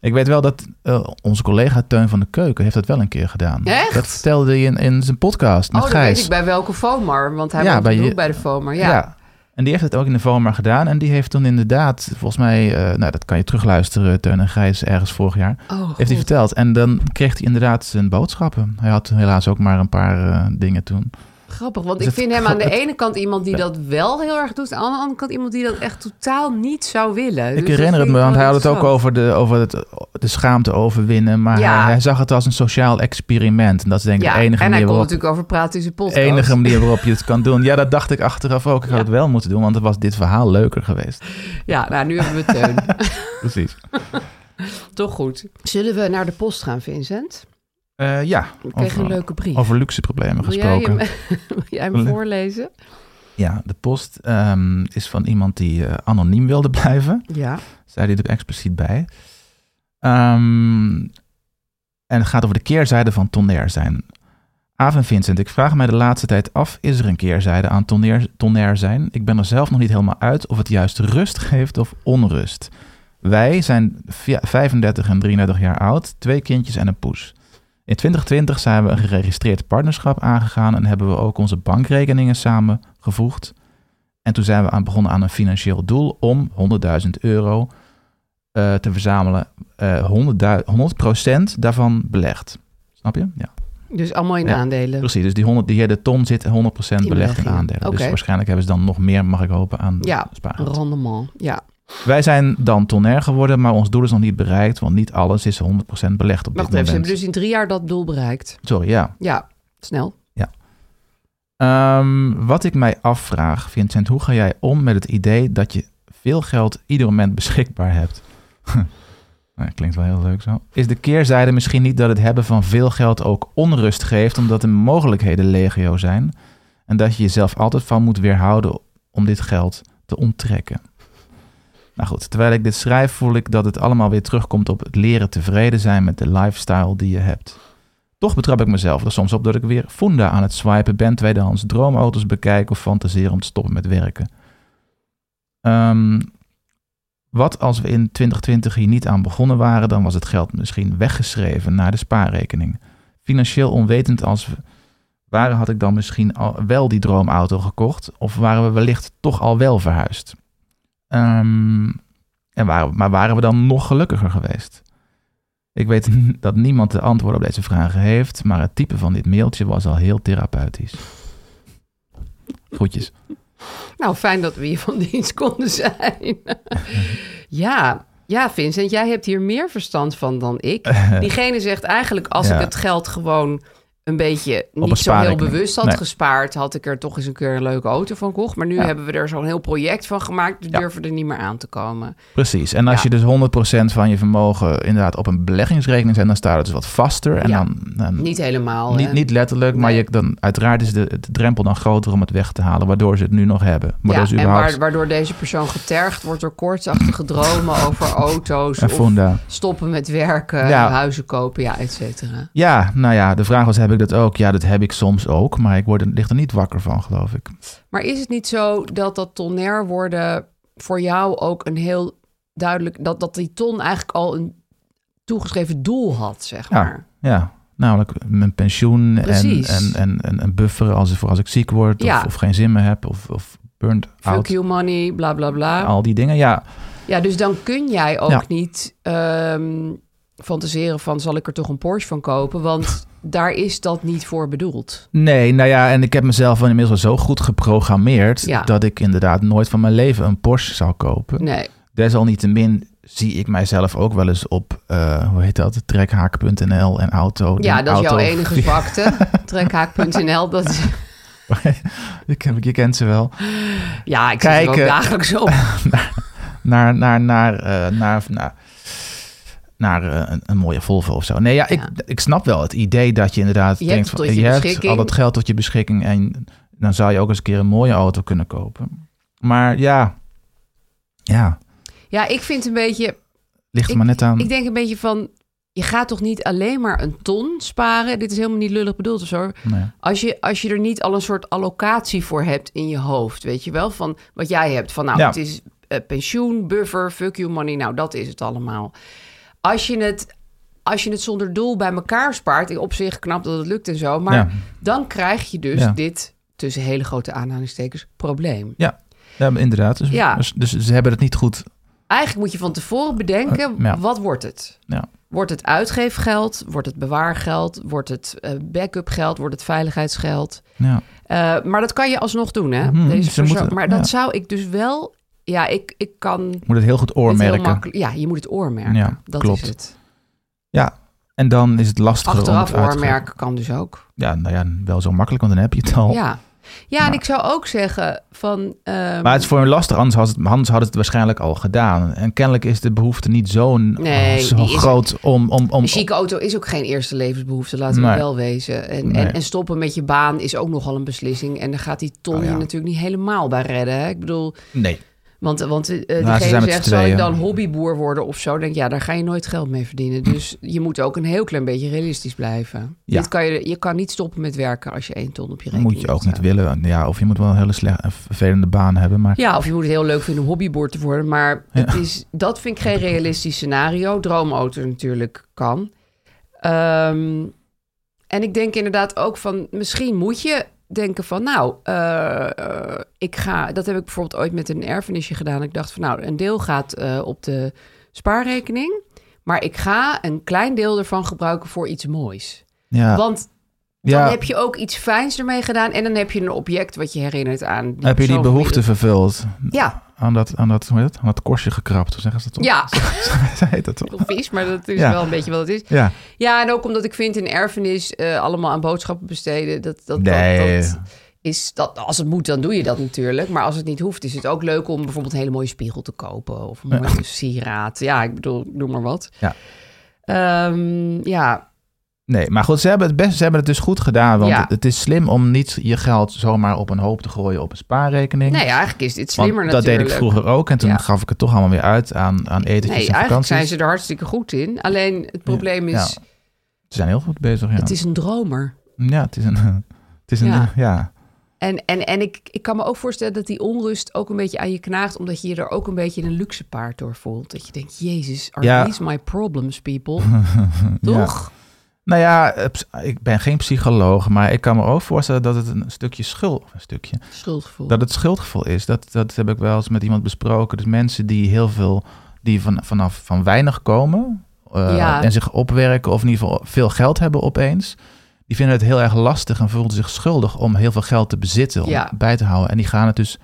Speaker 3: Ik weet wel dat eh, onze collega Teun van de Keuken heeft dat wel een keer gedaan.
Speaker 4: Echt?
Speaker 3: Dat vertelde hij in, in zijn podcast met
Speaker 4: oh, dat
Speaker 3: Gijs.
Speaker 4: weet ik bij welke FOMAR. Want hij
Speaker 3: Ja,
Speaker 4: woont
Speaker 3: bij
Speaker 4: bij,
Speaker 3: je-
Speaker 4: bij de FOMAR.
Speaker 3: Ja.
Speaker 4: Ja.
Speaker 3: En die heeft het ook in de VOMAR gedaan. En die heeft toen inderdaad, volgens mij, eh, nou dat kan je terugluisteren, Teun en Gijs, ergens vorig jaar,
Speaker 4: Oh,
Speaker 3: heeft hij
Speaker 4: God.
Speaker 3: verteld. En dan kreeg hij inderdaad zijn boodschappen. Hij had helaas ook maar een paar eh, dingen toen.
Speaker 4: Grappig, want
Speaker 3: Dus
Speaker 4: ik
Speaker 3: het-
Speaker 4: vind hem aan de
Speaker 3: het-
Speaker 4: ene kant iemand die dat wel heel erg doet. Aan de andere kant iemand die dat echt totaal niet zou willen. Dus
Speaker 3: ik herinner
Speaker 4: dat vind
Speaker 3: het me,
Speaker 4: ik
Speaker 3: want
Speaker 4: wel
Speaker 3: hij had het ook
Speaker 4: interessant.
Speaker 3: over, de, over het, de schaamte overwinnen. Maar
Speaker 4: Ja.
Speaker 3: hij, hij zag het als een sociaal experiment. En dat is denk ik
Speaker 4: Ja,
Speaker 3: de enige
Speaker 4: en hij
Speaker 3: manier
Speaker 4: kon
Speaker 3: waarop...
Speaker 4: natuurlijk over praten in zijn
Speaker 3: de
Speaker 4: podcast.
Speaker 3: enige manier waarop je het kan doen. Ja, dat dacht ik achteraf ook. Ik had
Speaker 4: Ja.
Speaker 3: het wel moeten doen, want dan was dit verhaal leuker geweest.
Speaker 4: Ja, nou, nu hebben we Teun.
Speaker 3: Precies.
Speaker 4: Toch goed. Zullen we naar de post gaan, Vincent?
Speaker 3: Eh, ja,
Speaker 4: We kregen een
Speaker 3: over,
Speaker 4: leuke brief.
Speaker 3: over luxe problemen
Speaker 4: Wil jij,
Speaker 3: gesproken.
Speaker 4: hem, wil jij hem voorlezen?
Speaker 3: Ja, de post ehm, is van iemand die eh, anoniem wilde blijven.
Speaker 4: Ja.
Speaker 3: Zei hij er expliciet bij. Ehm, en het gaat over de keerzijde van tonner zijn. Aaf en Vincent, ik vraag mij de laatste tijd af, is er een keerzijde aan tonner, tonner zijn? Ik ben er zelf nog niet helemaal uit of het juist rust geeft of onrust. Wij zijn vi- 35 en 33 jaar oud, twee kindjes en een poes. In 2020 zijn we een geregistreerd partnerschap aangegaan en hebben we ook onze bankrekeningen samengevoegd. En toen zijn we aan begonnen aan een financieel doel om 100.000 euro eh, te verzamelen, eh 100, 100% daarvan belegd. Snap je? Ja.
Speaker 4: Dus allemaal in
Speaker 3: Ja.
Speaker 4: aandelen.
Speaker 3: Precies, dus die, 100, die hele ton zit 100% belegd in
Speaker 4: beleggingen.
Speaker 3: aandelen. Dus
Speaker 4: Oké.
Speaker 3: waarschijnlijk hebben ze dan nog meer, mag ik hopen, aan
Speaker 4: Ja,
Speaker 3: spaargeld.
Speaker 4: rendement. Ja.
Speaker 3: Wij zijn dan tonair geworden, maar ons doel is nog niet bereikt, want niet alles is 100% belegd op
Speaker 4: Wacht
Speaker 3: dit
Speaker 4: even,
Speaker 3: moment.
Speaker 4: ze hebben dus in drie jaar dat doel bereikt.
Speaker 3: Sorry, ja.
Speaker 4: Ja, snel.
Speaker 3: Ehm, wat ik mij afvraag, Vincent, hoe ga jij om met het idee dat je veel geld ieder moment beschikbaar hebt? Nou, klinkt wel heel leuk zo. Is de keerzijde misschien niet dat het hebben van veel geld ook onrust geeft, omdat de mogelijkheden legio zijn en dat je jezelf altijd van moet weerhouden om dit geld te onttrekken? Nou goed, terwijl ik dit schrijf voel ik dat het allemaal weer terugkomt op het leren tevreden zijn met de lifestyle die je hebt. Toch betrap ik mezelf er soms op dat ik weer Funda aan het swipen ben, tweedehands droomauto's bekijk of fantaseren om te stoppen met werken. Ehm, wat als we in 2020 hier niet aan begonnen waren, dan was het geld misschien weggeschreven naar de spaarrekening. Financieel onwetend als we waren, had ik dan misschien al wel die droomauto gekocht of waren we wellicht toch al wel verhuisd. Ehm, en waren, maar waren we dan nog gelukkiger geweest? Ik weet dat niemand de antwoorden op deze vragen heeft, maar het type van dit mailtje was al heel therapeutisch. Groetjes.
Speaker 4: Nou, fijn dat we hier van dienst konden zijn. ja. ja, Vincent, jij hebt hier meer verstand van dan ik. Diegene zegt eigenlijk, als
Speaker 3: Ja.
Speaker 4: ik het geld gewoon een beetje
Speaker 3: een
Speaker 4: niet zo heel
Speaker 3: spaarrekening.
Speaker 4: bewust had
Speaker 3: Nee.
Speaker 4: gespaard, had ik er toch eens een keer een leuke auto van gekocht. Maar nu
Speaker 3: Ja.
Speaker 4: hebben we er zo'n heel project van gemaakt, we
Speaker 3: Ja.
Speaker 4: durven er niet meer aan te komen.
Speaker 3: Precies. En als
Speaker 4: Ja.
Speaker 3: je dus 100% van je vermogen inderdaad op een beleggingsrekening zet, dan staat het dus wat vaster. En
Speaker 4: Ja.
Speaker 3: dan, dan
Speaker 4: Niet helemaal. hè?
Speaker 3: Hm. niet, niet letterlijk, maar
Speaker 4: Nee.
Speaker 3: je, dan, uiteraard is de, de drempel dan groter om het weg te halen, waardoor ze het nu nog hebben. Waardoor
Speaker 4: ja,
Speaker 3: ze
Speaker 4: en
Speaker 3: überhaupt
Speaker 4: waar- waardoor deze persoon getergd wordt door koortsachtige dromen over auto's.
Speaker 3: een
Speaker 4: Of
Speaker 3: fonda.
Speaker 4: stoppen met werken,
Speaker 3: Ja.
Speaker 4: huizen kopen, ja, et cetera.
Speaker 3: Ja, nou ja, de vraag was, heb ik dat ook? Ja, dat heb ik soms ook, maar ik word er, lig er niet wakker van, geloof ik.
Speaker 4: Maar is het niet zo dat dat tonair worden voor jou ook een heel duidelijk... dat, dat die ton eigenlijk al een toegeschreven doel had, zeg
Speaker 3: Ja.
Speaker 4: maar?
Speaker 3: Ja, namelijk mijn pensioen en,
Speaker 4: Precies.
Speaker 3: en, en, en, en bufferen als, voor als ik ziek word
Speaker 4: Ja.
Speaker 3: of, of geen zin meer heb of, of burnt
Speaker 4: Fuck
Speaker 3: out.
Speaker 4: you money, bla bla bla.
Speaker 3: Al die dingen, ja.
Speaker 4: Ja, dus dan kun jij ook
Speaker 3: Ja.
Speaker 4: niet ehm, fantaseren van... zal ik er toch een Porsche van kopen? Want daar is dat niet voor bedoeld.
Speaker 3: Nee, nou ja, en ik heb mezelf inmiddels al zo goed geprogrammeerd...
Speaker 4: Ja.
Speaker 3: dat ik inderdaad nooit van mijn leven een Porsche zou kopen.
Speaker 4: Nee,
Speaker 3: Desalniettemin zie ik mijzelf ook wel eens op, eh, hoe heet dat, trekhaak.nl en auto.
Speaker 4: ja,
Speaker 3: en
Speaker 4: dat is jouw
Speaker 3: auto-
Speaker 4: enige zwakte. Trekhaak.nl, dat is...
Speaker 3: Ik heb- je kent ze wel.
Speaker 4: Ja, ik zit er ook
Speaker 3: Kijken.
Speaker 4: dagelijks op.
Speaker 3: naar, naar, naar, eh, naar, naar, naar eh, een, een mooie Volvo of zo. Nee, ja, ik,
Speaker 4: Ja.
Speaker 3: ik snap wel het idee dat je inderdaad
Speaker 4: Je hebt
Speaker 3: denkt
Speaker 4: het
Speaker 3: van
Speaker 4: tot je
Speaker 3: je hebt
Speaker 4: beschikking.
Speaker 3: al dat geld tot je beschikking en dan zou je ook eens een keer een mooie auto kunnen kopen. Maar ja, ja,
Speaker 4: Ja, ik vind een beetje...
Speaker 3: ligt er maar net aan.
Speaker 4: Ik denk een beetje van, je gaat toch niet alleen maar een ton sparen? Dit is helemaal niet lullig bedoeld of zo.
Speaker 3: Nee.
Speaker 4: Als je, als je er niet al een soort allocatie voor hebt in je hoofd, weet je wel? Van wat jij hebt, van nou,
Speaker 3: Ja.
Speaker 4: het is eh, pensioen, buffer, fuck you money. Nou, dat is het allemaal. Als je het, als je het zonder doel bij elkaar spaart, in op zich knap dat het lukt en zo. Maar
Speaker 3: Ja.
Speaker 4: dan krijg je dus
Speaker 3: Ja.
Speaker 4: dit, tussen hele grote aanhalingstekens, probleem.
Speaker 3: Ja, maar inderdaad. Dus,
Speaker 4: Ja.
Speaker 3: dus, dus ze hebben het niet goed.
Speaker 4: Eigenlijk moet je van tevoren bedenken,
Speaker 3: Eh, ja.
Speaker 4: wat wordt het?
Speaker 3: Ja.
Speaker 4: Wordt het uitgeefgeld? Wordt het bewaargeld? Wordt het eh, backup geld? Wordt het veiligheidsgeld?
Speaker 3: Ja.
Speaker 4: Eh, maar dat kan je alsnog doen, hè?
Speaker 3: Mhm,
Speaker 4: Deze
Speaker 3: ze
Speaker 4: persoon-
Speaker 3: moeten-
Speaker 4: maar dat
Speaker 3: ja.
Speaker 4: zou ik dus wel... Ja, ik, ik kan dit
Speaker 3: Moet het heel goed
Speaker 4: heel
Speaker 3: oormerken.
Speaker 4: makkelijk- Ja, je moet het oormerken.
Speaker 3: Ja,
Speaker 4: dat
Speaker 3: klopt.
Speaker 4: is het.
Speaker 3: En dan is het lastiger om
Speaker 4: Achteraf
Speaker 3: het uit te-
Speaker 4: oormerken kan dus ook.
Speaker 3: Ja, nou ja, wel zo makkelijk, want dan heb je het al.
Speaker 4: Ja. Ja, en
Speaker 3: Maar-
Speaker 4: ik zou ook zeggen van... ehm,
Speaker 3: Maar het is voor hun lastig, anders had, het, anders had het waarschijnlijk al gedaan. En kennelijk is de behoefte niet zo,
Speaker 4: Nee,
Speaker 3: zo
Speaker 4: die is er-
Speaker 3: groot om... om, om
Speaker 4: Een chique auto is ook geen eerste levensbehoefte, laten we
Speaker 3: Nee.
Speaker 4: wel wezen. En,
Speaker 3: Nee.
Speaker 4: en, en stoppen met je baan is ook nogal een beslissing. En daar gaat die ton
Speaker 3: Oh ja.
Speaker 4: je natuurlijk niet helemaal bij redden. Hè? Ik bedoel,
Speaker 3: nee.
Speaker 4: want, want eh,
Speaker 3: Nou, ze zijn
Speaker 4: diegene
Speaker 3: met
Speaker 4: zegt,
Speaker 3: z'n
Speaker 4: zal ik
Speaker 3: tweeën."
Speaker 4: dan hobbyboer worden of zo? Dan Denk ik, ja, daar ga je nooit geld mee verdienen. Dus je moet ook een heel klein beetje realistisch blijven.
Speaker 3: Hm. Ja.
Speaker 4: Dit kan je, je kan niet stoppen met werken als je één ton op
Speaker 3: Dat
Speaker 4: je rekening
Speaker 3: moet je ook
Speaker 4: hebt
Speaker 3: niet
Speaker 4: staan.
Speaker 3: willen. Ja, of je moet wel een hele slecht, een vervelende baan hebben. Maar
Speaker 4: Ja, of je moet het heel leuk vinden om hobbyboer te worden. Maar het is, dat vind ik geen realistisch scenario. Droomauto natuurlijk kan. Ehm, en ik denk inderdaad ook van... misschien moet je denken van... nou, eh, eh, ik ga... Dat heb ik bijvoorbeeld ooit met een erfenisje gedaan. Ik dacht van nou, een deel gaat eh, op de spaarrekening. Maar ik ga een klein deel ervan gebruiken voor iets moois.
Speaker 3: Ja.
Speaker 4: Want dan
Speaker 3: ja.
Speaker 4: heb je ook iets fijns ermee gedaan. En dan heb je een object wat je herinnert aan.
Speaker 3: Heb
Speaker 4: die
Speaker 3: je die
Speaker 4: persoon van
Speaker 3: behoefte
Speaker 4: wie
Speaker 3: vervuld?
Speaker 4: dat- Ja,
Speaker 3: Aan dat, aan dat, hoe heet dat? Aan dat korstje gekrapt, hoe zeggen ze dat toch?
Speaker 4: ja.
Speaker 3: Ze heet dat toch?
Speaker 4: Heel vies, maar dat is
Speaker 3: Ja.
Speaker 4: wel een beetje wat het is.
Speaker 3: Ja.
Speaker 4: Ja, en ook omdat ik vind in erfenis eh, allemaal aan boodschappen besteden. Dat, dat, dat-
Speaker 3: Nee.
Speaker 4: dat, is dat als het moet, dan doe je dat natuurlijk. Maar als het niet hoeft, is het ook leuk om bijvoorbeeld een hele mooie spiegel te kopen of een mooie sieraad. Ja, ik bedoel, ik noem maar wat.
Speaker 3: Ja.
Speaker 4: Ehm, ja,
Speaker 3: Nee, maar goed, ze hebben het best, ze hebben het dus goed gedaan. Want
Speaker 4: Ja.
Speaker 3: het, het is slim om niet je geld zomaar op een hoop te gooien op een spaarrekening.
Speaker 4: nee, eigenlijk is dit
Speaker 3: Want
Speaker 4: slimmer
Speaker 3: dat deed
Speaker 4: natuurlijk.
Speaker 3: ik vroeger ook. En toen
Speaker 4: Ja.
Speaker 3: gaf ik het toch allemaal weer uit aan, aan etentjes
Speaker 4: Nee,
Speaker 3: en
Speaker 4: eigenlijk
Speaker 3: vakanties.
Speaker 4: zijn ze er hartstikke goed in. Alleen het probleem
Speaker 3: Ja.
Speaker 4: is,
Speaker 3: Ze zijn heel goed bezig, ja.
Speaker 4: het is een dromer.
Speaker 3: Ja, het is een... Het is een ja.
Speaker 4: Ja. En, en, en ik, ik kan me ook voorstellen dat die onrust ook een beetje aan je knaagt, omdat je je er ook een beetje een luxe paard door voelt. Dat je denkt, Jezus, are
Speaker 3: Ja.
Speaker 4: these my problems, people?
Speaker 3: Ja.
Speaker 4: Toch?
Speaker 3: Nou ja, eh, ps- ik ben geen psycholoog, maar ik kan me ook voorstellen dat het een stukje schuld... Een stukje.
Speaker 4: Schuldgevoel.
Speaker 3: Dat het schuldgevoel is. Dat, dat heb ik wel eens met iemand besproken. Dus mensen die heel veel... Die van, vanaf van weinig komen eh,
Speaker 4: Ja.
Speaker 3: en zich opwerken of in ieder geval veel geld hebben opeens... Die vinden het heel erg lastig en voelen zich schuldig om heel veel geld te bezitten, om
Speaker 4: Ja.
Speaker 3: bij te houden. En die gaan het dus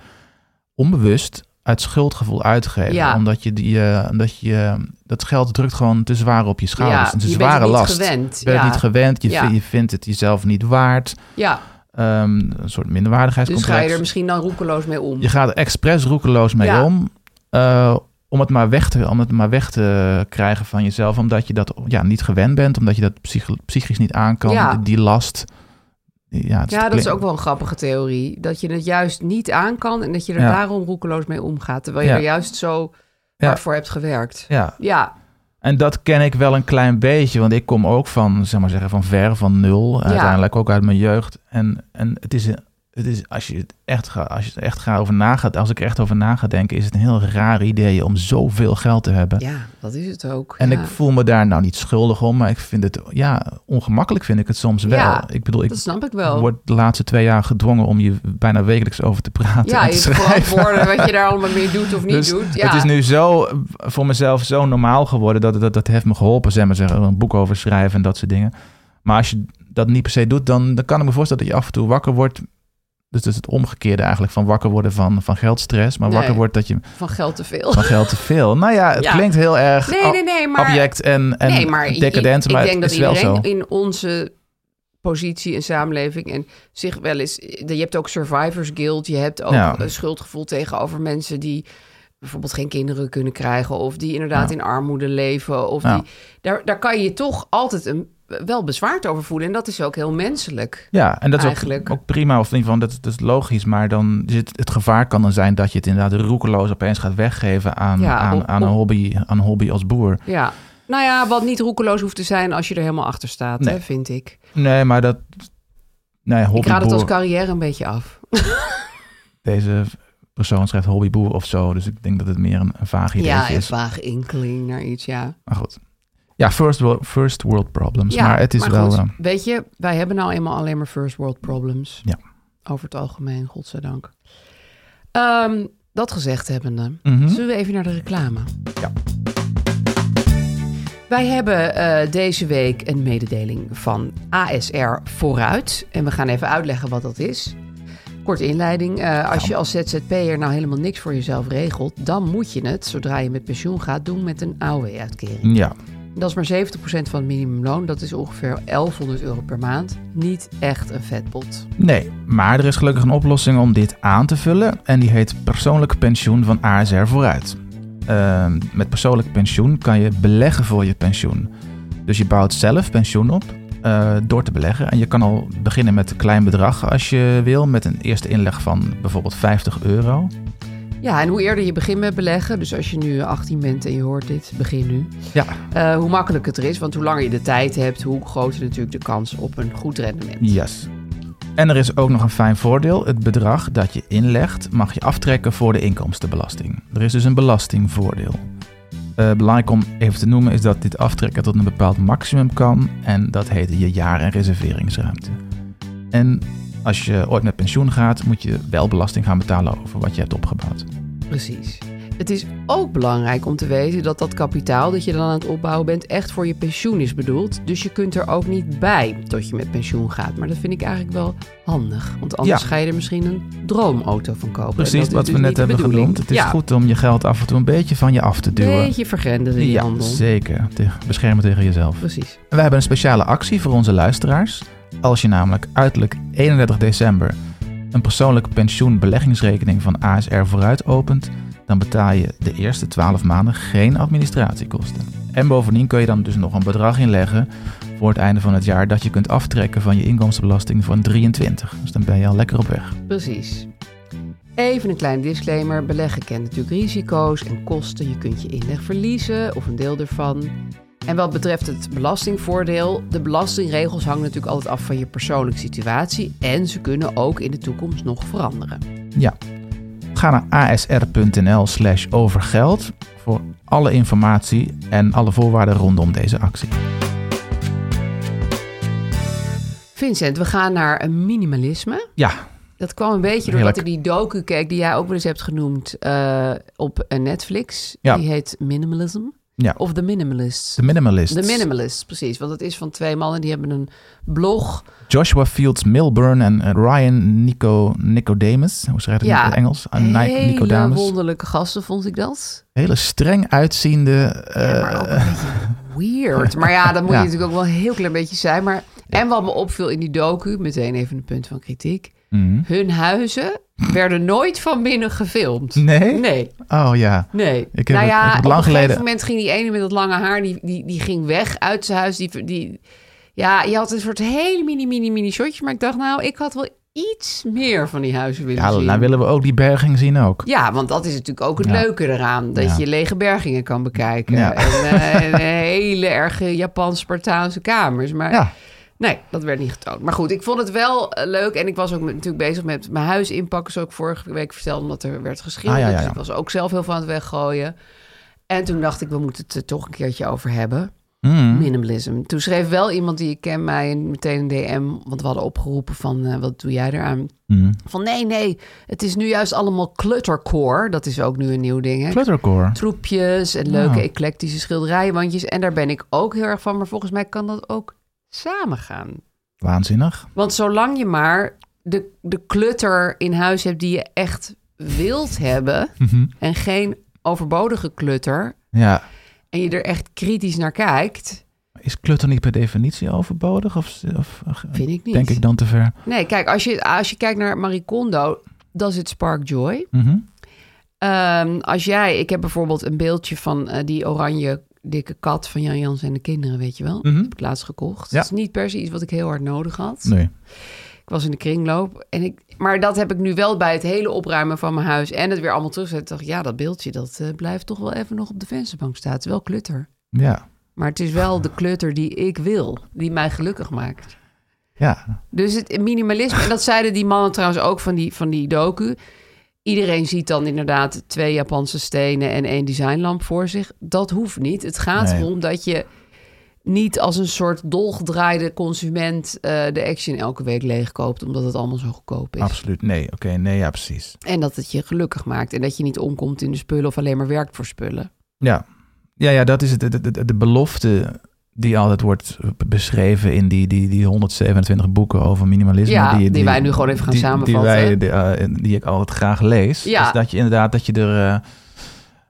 Speaker 3: onbewust uit schuldgevoel uitgeven.
Speaker 4: Ja.
Speaker 3: Omdat je, die, eh, omdat je eh, dat geld drukt gewoon te zwaar op je schouders.
Speaker 4: Ja,
Speaker 3: het is een
Speaker 4: je bent
Speaker 3: zware
Speaker 4: het niet
Speaker 3: last.
Speaker 4: gewend,
Speaker 3: Je bent het
Speaker 4: ja.
Speaker 3: niet gewend. Je,
Speaker 4: Ja.
Speaker 3: vi- je vindt het jezelf niet waard.
Speaker 4: ja,
Speaker 3: Ehm, een soort
Speaker 4: dus ga
Speaker 3: minderwaardigheidscomplex.
Speaker 4: je er misschien dan roekeloos mee om.
Speaker 3: Je gaat er expres roekeloos mee
Speaker 4: Ja.
Speaker 3: om. eh, om, het maar weg te, om het maar weg te krijgen van jezelf. Omdat je dat ja, niet gewend bent. Omdat je dat psycho- psychisch niet aan kan.
Speaker 4: Ja.
Speaker 3: Die last. Ja, het
Speaker 4: Ja, dat is
Speaker 3: klink-
Speaker 4: ook wel een grappige theorie. Dat je het juist niet aan kan en dat je er
Speaker 3: Ja.
Speaker 4: daarom roekeloos mee omgaat, terwijl je
Speaker 3: Ja.
Speaker 4: er juist zo
Speaker 3: Ja.
Speaker 4: hard voor hebt gewerkt.
Speaker 3: Ja,
Speaker 4: Ja,
Speaker 3: En dat ken ik wel een klein beetje, want ik kom ook van, zeg maar zeggen, van ver, van nul. Uiteindelijk ook uit mijn jeugd. En, en het, is, een- het is, als je het echt ga, als je het echt gaat over nagaat, als ik er echt over na ga denken, is het een heel raar idee om zoveel geld te hebben.
Speaker 4: ja, dat is het ook.
Speaker 3: En
Speaker 4: ja.
Speaker 3: ik voel me daar nou niet schuldig om, maar ik vind het, ja, ongemakkelijk vind ik het soms wel.
Speaker 4: Ja,
Speaker 3: ik bedoel, ik
Speaker 4: dat snap ik wel.
Speaker 3: word de laatste twee jaar gedwongen om je bijna wekelijks over te praten.
Speaker 4: ja,
Speaker 3: en
Speaker 4: je
Speaker 3: te schrijven.
Speaker 4: verantwoorden wat je daar allemaal mee doet of niet
Speaker 3: Dus
Speaker 4: doet. Ja.
Speaker 3: Het is nu zo eh, voor mezelf zo normaal geworden dat dat, dat heeft me geholpen. Zeg maar zeggen, een boek over schrijven en dat soort dingen. Maar als je dat niet per se doet, dan, dan kan ik me voorstellen dat je af en toe wakker wordt. Dus dat is het omgekeerde eigenlijk van wakker worden van, van geldstress. Maar
Speaker 4: Nee.
Speaker 3: wakker wordt dat je
Speaker 4: van geld te veel.
Speaker 3: van geld te veel. Nou ja, het
Speaker 4: Ja.
Speaker 3: klinkt heel erg
Speaker 4: Nee, nee, nee, maar-
Speaker 3: object en, en
Speaker 4: nee, maar i-
Speaker 3: decadent.
Speaker 4: ik,
Speaker 3: maar
Speaker 4: ik denk
Speaker 3: het
Speaker 4: dat
Speaker 3: is wel
Speaker 4: iedereen
Speaker 3: zo.
Speaker 4: in onze positie en samenleving en zich wel eens... Je hebt ook survivors guilt, je hebt ook
Speaker 3: Ja.
Speaker 4: een schuldgevoel tegenover mensen die bijvoorbeeld geen kinderen kunnen krijgen of die inderdaad in armoede leven. Of
Speaker 3: Ja.
Speaker 4: die, daar, daar kan je je toch altijd een, wel bezwaard over voelen en dat is ook heel menselijk.
Speaker 3: Ja, en dat is ook,
Speaker 4: Eigenlijk.
Speaker 3: ook prima. Of in ieder geval, dat, dat is logisch. Maar dan zit het gevaar kan dan zijn dat je het inderdaad roekeloos opeens gaat weggeven aan,
Speaker 4: Ja,
Speaker 3: aan,
Speaker 4: op-
Speaker 3: aan, een,
Speaker 4: op-
Speaker 3: hobby, aan een hobby als boer.
Speaker 4: Ja. Nou ja, wat niet roekeloos hoeft te zijn als je er helemaal achter staat,
Speaker 3: Nee.
Speaker 4: hè, vind ik.
Speaker 3: Nee, maar dat. Nee,
Speaker 4: Ik raad het als
Speaker 3: hobbyboer.
Speaker 4: carrière een beetje af.
Speaker 3: Deze persoon schrijft hobbyboer of zo. Dus ik denk dat het meer een, een vaag idee
Speaker 4: Ja, een
Speaker 3: is.
Speaker 4: vage inkling naar iets, ja.
Speaker 3: Maar goed. Ja, first world, first world problems.
Speaker 4: ja
Speaker 3: maar het is wel.
Speaker 4: goed,
Speaker 3: eh,
Speaker 4: weet je, wij hebben nou eenmaal alleen maar first world problems.
Speaker 3: Ja.
Speaker 4: Over het algemeen, godzijdank. Ehm dat gezegd hebbende,
Speaker 3: Mhm.
Speaker 4: zullen we even naar de reclame.
Speaker 3: Ja.
Speaker 4: Wij hebben eh, deze week een mededeling van ASR Vooruit. En we gaan even uitleggen wat dat is. Korte inleiding. eh, als je als ZZP'er nou helemaal niks voor jezelf regelt... dan moet je het, zodra je met pensioen gaat, doen met een AOW-uitkering.
Speaker 3: eh, ja.
Speaker 4: Dat is maar 70% van het minimumloon. Dat is ongeveer 1100 euro per maand. Niet echt een vetpot.
Speaker 3: Nee, maar er is gelukkig een oplossing om dit aan te vullen. En die heet persoonlijk pensioen van ASR vooruit. Ehm, met persoonlijk pensioen kan je beleggen voor je pensioen. Dus je bouwt zelf pensioen op eh, door te beleggen. En je kan al beginnen met een klein bedrag als je wil. Met een eerste inleg van bijvoorbeeld 50 euro.
Speaker 4: Ja, en hoe eerder je begint met beleggen, dus als je nu 18 bent en je hoort dit, begin nu.
Speaker 3: Ja,
Speaker 4: eh, hoe makkelijk het er is, want hoe langer je de tijd hebt, hoe groter natuurlijk de kans op een goed rendement.
Speaker 3: yes. En er is ook nog een fijn voordeel. Het bedrag dat je inlegt mag je aftrekken voor de inkomstenbelasting. Er is dus een belastingvoordeel. Eh, belangrijk om even te noemen is dat dit aftrekken tot een bepaald maximum kan. En dat heet je jaar- en reserveringsruimte. En als je ooit met pensioen gaat, moet je wel belasting gaan betalen over wat je hebt opgebouwd.
Speaker 4: Precies. Het is ook belangrijk om te weten dat dat kapitaal dat je dan aan het opbouwen bent echt voor je pensioen is bedoeld. Dus je kunt er ook niet bij tot je met pensioen gaat. Maar dat vind ik eigenlijk wel handig. Want anders
Speaker 3: Ja.
Speaker 4: ga je er misschien een droomauto van kopen. En dat
Speaker 3: Precies
Speaker 4: is
Speaker 3: wat
Speaker 4: dus
Speaker 3: we net
Speaker 4: niet de
Speaker 3: hebben
Speaker 4: bedoeling.
Speaker 3: genoemd. Het is
Speaker 4: ja,
Speaker 3: goed om je geld af en toe een beetje van je af te
Speaker 4: Een
Speaker 3: duwen.
Speaker 4: beetje vergrenderen die
Speaker 3: ja,
Speaker 4: handel.
Speaker 3: zeker. Tegen, beschermen tegen jezelf.
Speaker 4: Precies.
Speaker 3: En wij hebben een speciale actie voor onze luisteraars. Als je namelijk uiterlijk 31 december een persoonlijke pensioenbeleggingsrekening van ASR vooruit opent, dan betaal je de eerste 12 maanden geen administratiekosten. En bovendien kun je dan dus nog een bedrag inleggen voor het einde van het jaar dat je kunt aftrekken van je inkomstenbelasting van 23. Dus dan ben je al lekker op weg.
Speaker 4: Precies. Even een kleine disclaimer. Beleggen kent natuurlijk risico's en kosten. Je kunt je inleg verliezen of een deel ervan. En wat betreft het belastingvoordeel, de belastingregels hangen natuurlijk altijd af van je persoonlijke situatie. En ze kunnen ook in de toekomst nog veranderen.
Speaker 3: Ja. Ga naar asr.nl slash overgeld voor alle informatie en alle voorwaarden rondom deze actie.
Speaker 4: Vincent, we gaan naar een minimalisme.
Speaker 3: Ja,
Speaker 4: Dat kwam een beetje doordat
Speaker 3: Heerlijk.
Speaker 4: ik die docu keek die jij ook wel eens hebt genoemd eh, op eh, Netflix.
Speaker 3: Ja.
Speaker 4: Die heet Minimalism.
Speaker 3: Ja.
Speaker 4: Of The Minimalists.
Speaker 3: The Minimalists.
Speaker 4: De Minimalists, precies. Want het is van twee mannen die hebben een blog.
Speaker 3: Joshua Fields Milburn en eh, Ryan Nico, Nicodemus. Hoe schrijf je dat
Speaker 4: Ja,
Speaker 3: in het Engels? Ah, Ni-
Speaker 4: Hele
Speaker 3: Nicodemus.
Speaker 4: wonderlijke gasten vond ik dat.
Speaker 3: Hele streng uitziende.
Speaker 4: Ja, maar ook
Speaker 3: eh,
Speaker 4: een beetje weird. Maar ja, dat moet
Speaker 3: Ja.
Speaker 4: je natuurlijk ook wel een heel klein beetje zijn. Maar, en wat me opviel in die docu, meteen even een punt van kritiek.
Speaker 3: mhm.
Speaker 4: Hun huizen werden nooit van binnen gefilmd.
Speaker 3: Nee?
Speaker 4: Nee.
Speaker 3: Oh ja.
Speaker 4: Nee.
Speaker 3: Ik heb
Speaker 4: nou
Speaker 3: het-
Speaker 4: ja,
Speaker 3: ik heb het
Speaker 4: op
Speaker 3: lang
Speaker 4: een gegeven
Speaker 3: geleden-
Speaker 4: moment ging die ene met dat lange haar, die, die, die ging weg uit zijn huis. Die, die, ja, je had een soort hele mini, mini, mini shotje. Maar ik dacht, nou, ik had wel iets meer van die huizen willen
Speaker 3: Ja,
Speaker 4: zien.
Speaker 3: dan willen we ook die berging zien ook.
Speaker 4: Ja, want dat is natuurlijk ook het
Speaker 3: Ja.
Speaker 4: leuke eraan. Dat
Speaker 3: Ja.
Speaker 4: je lege bergingen kan bekijken.
Speaker 3: Ja.
Speaker 4: En, eh, en hele erge Japans-Spartaanse kamers. Maar
Speaker 3: Ja.
Speaker 4: nee, dat werd niet getoond. Maar goed, ik vond het wel eh, leuk. En ik was ook met- natuurlijk bezig met mijn huis inpakken. Zoals ik vorige week vertelde, omdat er werd geschilderd.
Speaker 3: Ah, ja, ja, ja.
Speaker 4: Dus ik was ook zelf heel van het weggooien. En toen dacht ik, we moeten het er toch een keertje over hebben.
Speaker 3: Mhm.
Speaker 4: Minimalism. Toen schreef wel iemand die ik ken mij een- meteen een DM. Want we hadden opgeroepen van, eh, wat doe jij eraan?
Speaker 3: Mhm.
Speaker 4: Van nee, nee, het is nu juist allemaal cluttercore. Dat is ook nu een nieuw ding. Hè?
Speaker 3: Cluttercore.
Speaker 4: Troepjes en leuke
Speaker 3: Ja.
Speaker 4: eclectische schilderijwandjes. En daar ben ik ook heel erg van. Maar volgens mij kan dat ook samengaan.
Speaker 3: Waanzinnig.
Speaker 4: Want zolang je maar de, de clutter in huis hebt die je echt wilt hebben...
Speaker 3: Mhm.
Speaker 4: en geen overbodige clutter...
Speaker 3: Ja.
Speaker 4: en je er echt kritisch naar kijkt,
Speaker 3: Is clutter niet per definitie overbodig? Of, of
Speaker 4: vind ik niet.
Speaker 3: denk ik dan te ver?
Speaker 4: Nee, kijk, als je, als je kijkt naar Marie Kondo... does it spark joy?
Speaker 3: Mhm.
Speaker 4: Ehm, als jij, ik heb bijvoorbeeld een beeldje van eh, die oranje dikke kat van Jan Jans en de kinderen, weet je wel.
Speaker 3: Mhm.
Speaker 4: Heb ik laatst gekocht.
Speaker 3: Ja.
Speaker 4: Dat is niet per se iets wat ik heel hard nodig had.
Speaker 3: Nee.
Speaker 4: Ik was in de kringloop. En ik, maar dat heb ik nu wel bij het hele opruimen van mijn huis en het weer allemaal terugzetten. dacht ik, ja, dat beeldje dat eh, blijft toch wel even nog op de vensterbank staan. Het is wel klutter.
Speaker 3: Ja.
Speaker 4: Maar het is wel de klutter die ik wil, die mij gelukkig maakt.
Speaker 3: Ja.
Speaker 4: Dus het minimalisme, en dat zeiden die mannen trouwens ook van die, van die docu. Iedereen ziet dan inderdaad twee Japanse stenen en één designlamp voor zich. Dat hoeft niet. Het gaat
Speaker 3: Nee.
Speaker 4: erom dat je niet als een soort dolgedraaide consument eh, de action elke week leegkoopt, omdat het allemaal zo goedkoop is.
Speaker 3: Absoluut. Nee. Oké. Nee. Ja, precies.
Speaker 4: En dat het je gelukkig maakt en dat je niet omkomt in de spullen of alleen maar werkt voor spullen.
Speaker 3: Ja, ja, ja dat is het, de, de, de belofte die altijd wordt beschreven in die, die, die 127 boeken over minimalisme.
Speaker 4: Ja, die wij nu gewoon even gaan
Speaker 3: die-
Speaker 4: samenvatten.
Speaker 3: Die, wij, de, eh, die ik altijd graag lees.
Speaker 4: Ja.
Speaker 3: Is dat je inderdaad dat je er eh,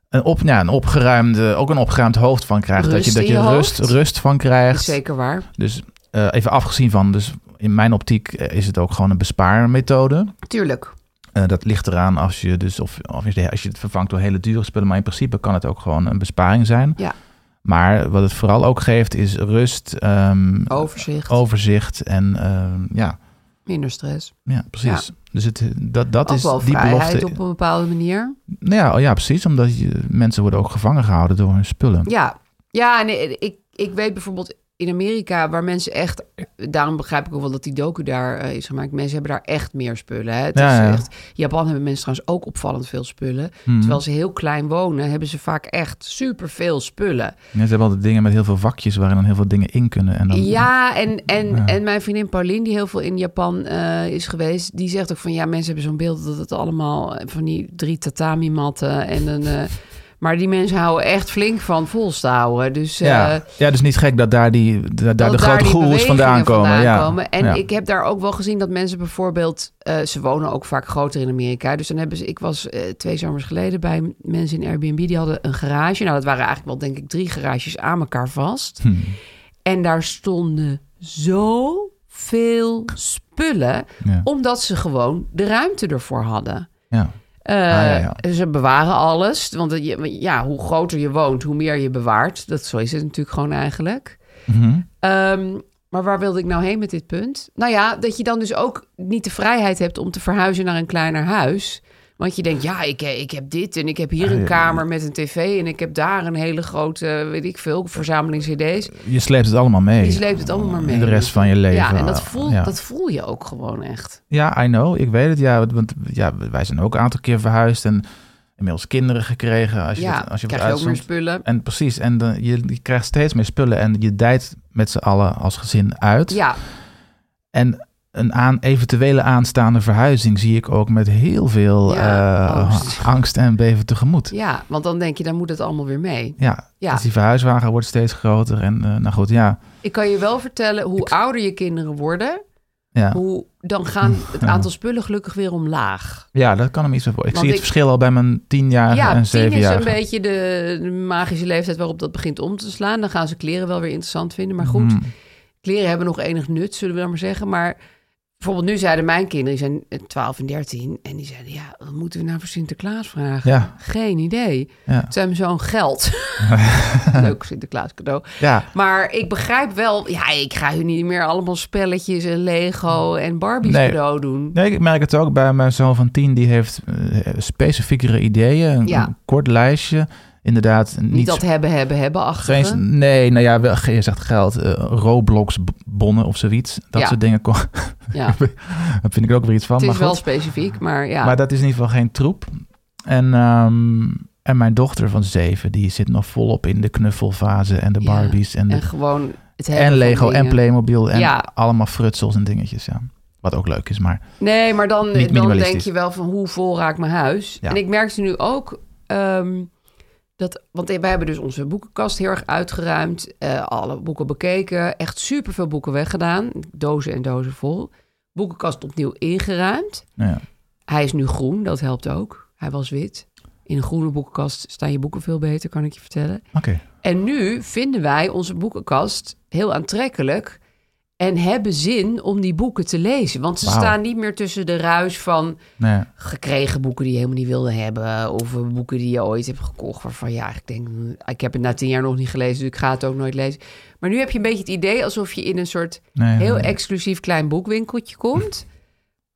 Speaker 3: een, op, ja, een opgeruimde, ook een opgeruimd hoofd van krijgt. dat je,
Speaker 4: Rust
Speaker 3: dat
Speaker 4: in
Speaker 3: je
Speaker 4: je
Speaker 3: rust,
Speaker 4: hoofd.
Speaker 3: rust van
Speaker 4: Dat
Speaker 3: krijgt.
Speaker 4: is zeker waar.
Speaker 3: Dus eh, even afgezien van, dus in mijn optiek eh, is het ook gewoon een bespaarmethode.
Speaker 4: Tuurlijk.
Speaker 3: Eh, dat ligt eraan als je, dus, of, of je- als je het vervangt door hele dure spullen. Maar in principe kan het ook gewoon een besparing zijn.
Speaker 4: Ja.
Speaker 3: Maar wat het vooral ook geeft is rust, ehm,
Speaker 4: Overzicht,
Speaker 3: overzicht en ehm, ja,
Speaker 4: minder stress.
Speaker 3: ja, precies. Dus het, dat, dat
Speaker 4: ook
Speaker 3: is
Speaker 4: wel
Speaker 3: die
Speaker 4: vrijheid
Speaker 3: belofte.
Speaker 4: op een bepaalde manier.
Speaker 3: Nou ja, oh ja, precies. Omdat je, mensen worden ook gevangen gehouden door hun spullen.
Speaker 4: Ja, ja en ik, ik weet bijvoorbeeld, in Amerika, waar mensen echt... Daarom begrijp ik ook wel dat die docu daar eh, is gemaakt. Mensen hebben daar echt meer spullen. Hè? Het
Speaker 3: Ja,
Speaker 4: is
Speaker 3: ja.
Speaker 4: Echt, Japan hebben mensen trouwens ook opvallend veel spullen.
Speaker 3: Mhm.
Speaker 4: Terwijl ze heel klein wonen, hebben ze vaak echt superveel spullen.
Speaker 3: Ja, ze hebben altijd dingen met heel veel vakjes waarin dan heel veel dingen in kunnen. En dan,
Speaker 4: Ja, en, en,
Speaker 3: Ja.
Speaker 4: en mijn vriendin Pauline, die heel veel in Japan eh, is geweest, die zegt ook van ja, mensen hebben zo'n beeld dat het allemaal eh, van die drie tatami-matten en een. eh, maar die mensen houden echt flink van volstouwen. Dus eh,
Speaker 3: ja. ja, dus niet gek dat daar, die, da- daar de
Speaker 4: dat
Speaker 3: grote
Speaker 4: die
Speaker 3: goeroes
Speaker 4: bewegingen
Speaker 3: vandaan komen. ja.
Speaker 4: En
Speaker 3: ja.
Speaker 4: ik heb daar ook wel gezien dat mensen bijvoorbeeld... eh, ze wonen ook vaak groter in Amerika. Dus dan hebben ze... Ik was eh, twee zomers geleden bij m- mensen in Airbnb. Die hadden een garage. Nou, dat waren eigenlijk wel denk ik drie garages aan elkaar vast.
Speaker 3: Hm. Hmm.
Speaker 4: En daar stonden zoveel spullen.
Speaker 3: Ja.
Speaker 4: Omdat ze gewoon de ruimte ervoor hadden.
Speaker 3: Ja.
Speaker 4: Eh,
Speaker 3: Ah, ja,
Speaker 4: Ze bewaren alles. Want het- je- ja, hoe groter je woont, hoe meer je bewaart. Dat, zo is het natuurlijk gewoon eigenlijk.
Speaker 3: Mhm.
Speaker 4: Ehm, maar waar wilde ik nou heen met dit punt? Nou ja, dat je dan dus ook niet de vrijheid hebt om te verhuizen naar een kleiner huis. Want je denkt, ja, ik, ik heb dit en ik heb
Speaker 3: Ah,
Speaker 4: hier een kamer met een tv... en ik heb daar een hele grote, weet ik veel, verzameling cd's.
Speaker 3: Je sleept het allemaal mee.
Speaker 4: Je sleept het allemaal maar mee.
Speaker 3: De rest van je leven.
Speaker 4: Ja, en dat voel,
Speaker 3: Ja.
Speaker 4: dat voel je ook gewoon echt.
Speaker 3: Ja, I know. Ik weet het. Ja, want- want ja, wij zijn ook een aantal keer verhuisd en inmiddels kinderen gekregen. Als je,
Speaker 4: ja,
Speaker 3: dat- als je wat
Speaker 4: krijg je ook meer
Speaker 3: uitzoomt.
Speaker 4: spullen.
Speaker 3: En precies, en dan, je, je krijgt steeds meer spullen en je dijt met z'n allen als gezin uit.
Speaker 4: Ja,
Speaker 3: En een aan, eventuele aanstaande verhuizing zie ik ook met heel veel
Speaker 4: Ja,
Speaker 3: eh,
Speaker 4: angst.
Speaker 3: angst en beven tegemoet. Ja.
Speaker 4: ja, want dan denk je, dan moet het allemaal weer mee. Ja.
Speaker 3: dus die verhuiswagen wordt steeds groter. En eh, nou goed, ja.
Speaker 4: Ik kan je wel vertellen, hoe ouder je kinderen worden...
Speaker 3: Ja, Mm.
Speaker 4: Hoe, dan gaan het aantal spullen gelukkig weer omlaag.
Speaker 3: ja dat kan hem iets bij voor. Ik
Speaker 4: Want
Speaker 3: zie het
Speaker 4: ik-
Speaker 3: verschil al bij mijn tienjarige
Speaker 4: Ja,
Speaker 3: en
Speaker 4: tien is een
Speaker 3: zevenjarige.
Speaker 4: beetje de, de magische leeftijd waarop dat begint om te slaan. Dan gaan ze kleren wel weer interessant vinden. Maar goed,
Speaker 3: Hmm.
Speaker 4: kleren hebben nog enig nut, zullen we dan maar zeggen. Maar bijvoorbeeld nu zeiden mijn kinderen, die zijn eh, 12 en 13... en die zeiden, ja, wat moeten we nou voor Sinterklaas vragen?
Speaker 3: Ja,
Speaker 4: Geen idee.
Speaker 3: ja,
Speaker 4: Het zijn me zo'n geld. Leuk Sinterklaas cadeau.
Speaker 3: ja.
Speaker 4: Maar ik begrijp wel, ja, ik ga hun niet meer allemaal spelletjes en Lego en Barbies
Speaker 3: Nee.
Speaker 4: cadeau doen.
Speaker 3: Nee, ik merk het ook bij mijn zoon van tien. Die heeft eh, specifiekere ideeën. Een,
Speaker 4: Ja.
Speaker 3: een kort lijstje. Inderdaad, niet,
Speaker 4: Niet dat hebben, hebben, hebben achter.
Speaker 3: geen, Nee, nou ja, wel, je zegt geld. eh, Roblox b- bonnen of zoiets. Dat
Speaker 4: Ja.
Speaker 3: soort dingen. kon-
Speaker 4: Ja.
Speaker 3: Daar vind ik ook weer iets van.
Speaker 4: Het
Speaker 3: maar
Speaker 4: is wel
Speaker 3: goed.
Speaker 4: specifiek, maar ja.
Speaker 3: Maar dat is in ieder geval geen troep. En, ehm, en mijn dochter van zeven, die zit nog volop in de knuffelfase en de
Speaker 4: Ja,
Speaker 3: Barbies en, de,
Speaker 4: en gewoon het hebben
Speaker 3: en
Speaker 4: van
Speaker 3: Lego en
Speaker 4: dingen.
Speaker 3: Playmobil en
Speaker 4: Ja.
Speaker 3: allemaal frutsels en dingetjes. Ja. Wat ook leuk is, maar
Speaker 4: Nee, maar dan,
Speaker 3: Niet
Speaker 4: dan denk
Speaker 3: minimalistisch.
Speaker 4: je wel van hoe vol raakt mijn huis.
Speaker 3: Ja.
Speaker 4: En ik merkte nu ook ehm, dat, want wij hebben dus onze boekenkast heel erg uitgeruimd, eh, alle boeken bekeken, echt superveel boeken weggedaan, dozen en dozen vol. Boekenkast opnieuw ingeruimd.
Speaker 3: nou ja.
Speaker 4: Hij is nu groen, dat helpt ook. Hij was wit. In een groene boekenkast staan je boeken veel beter, kan ik je vertellen.
Speaker 3: oké.
Speaker 4: En nu vinden wij onze boekenkast heel aantrekkelijk en hebben zin om die boeken te lezen. Want ze
Speaker 3: Wauw.
Speaker 4: staan niet meer tussen de ruis van
Speaker 3: Nou ja.
Speaker 4: gekregen boeken die je helemaal niet wilde hebben. Of eh, boeken die je ooit hebt gekocht waarvan ja, ik denk, mm, ik heb het na tien jaar nog niet gelezen, dus ik ga het ook nooit lezen. Maar nu heb je een beetje het idee alsof je in een soort
Speaker 3: Nee,
Speaker 4: heel e-
Speaker 3: nee.
Speaker 4: exclusief klein boekwinkeltje komt.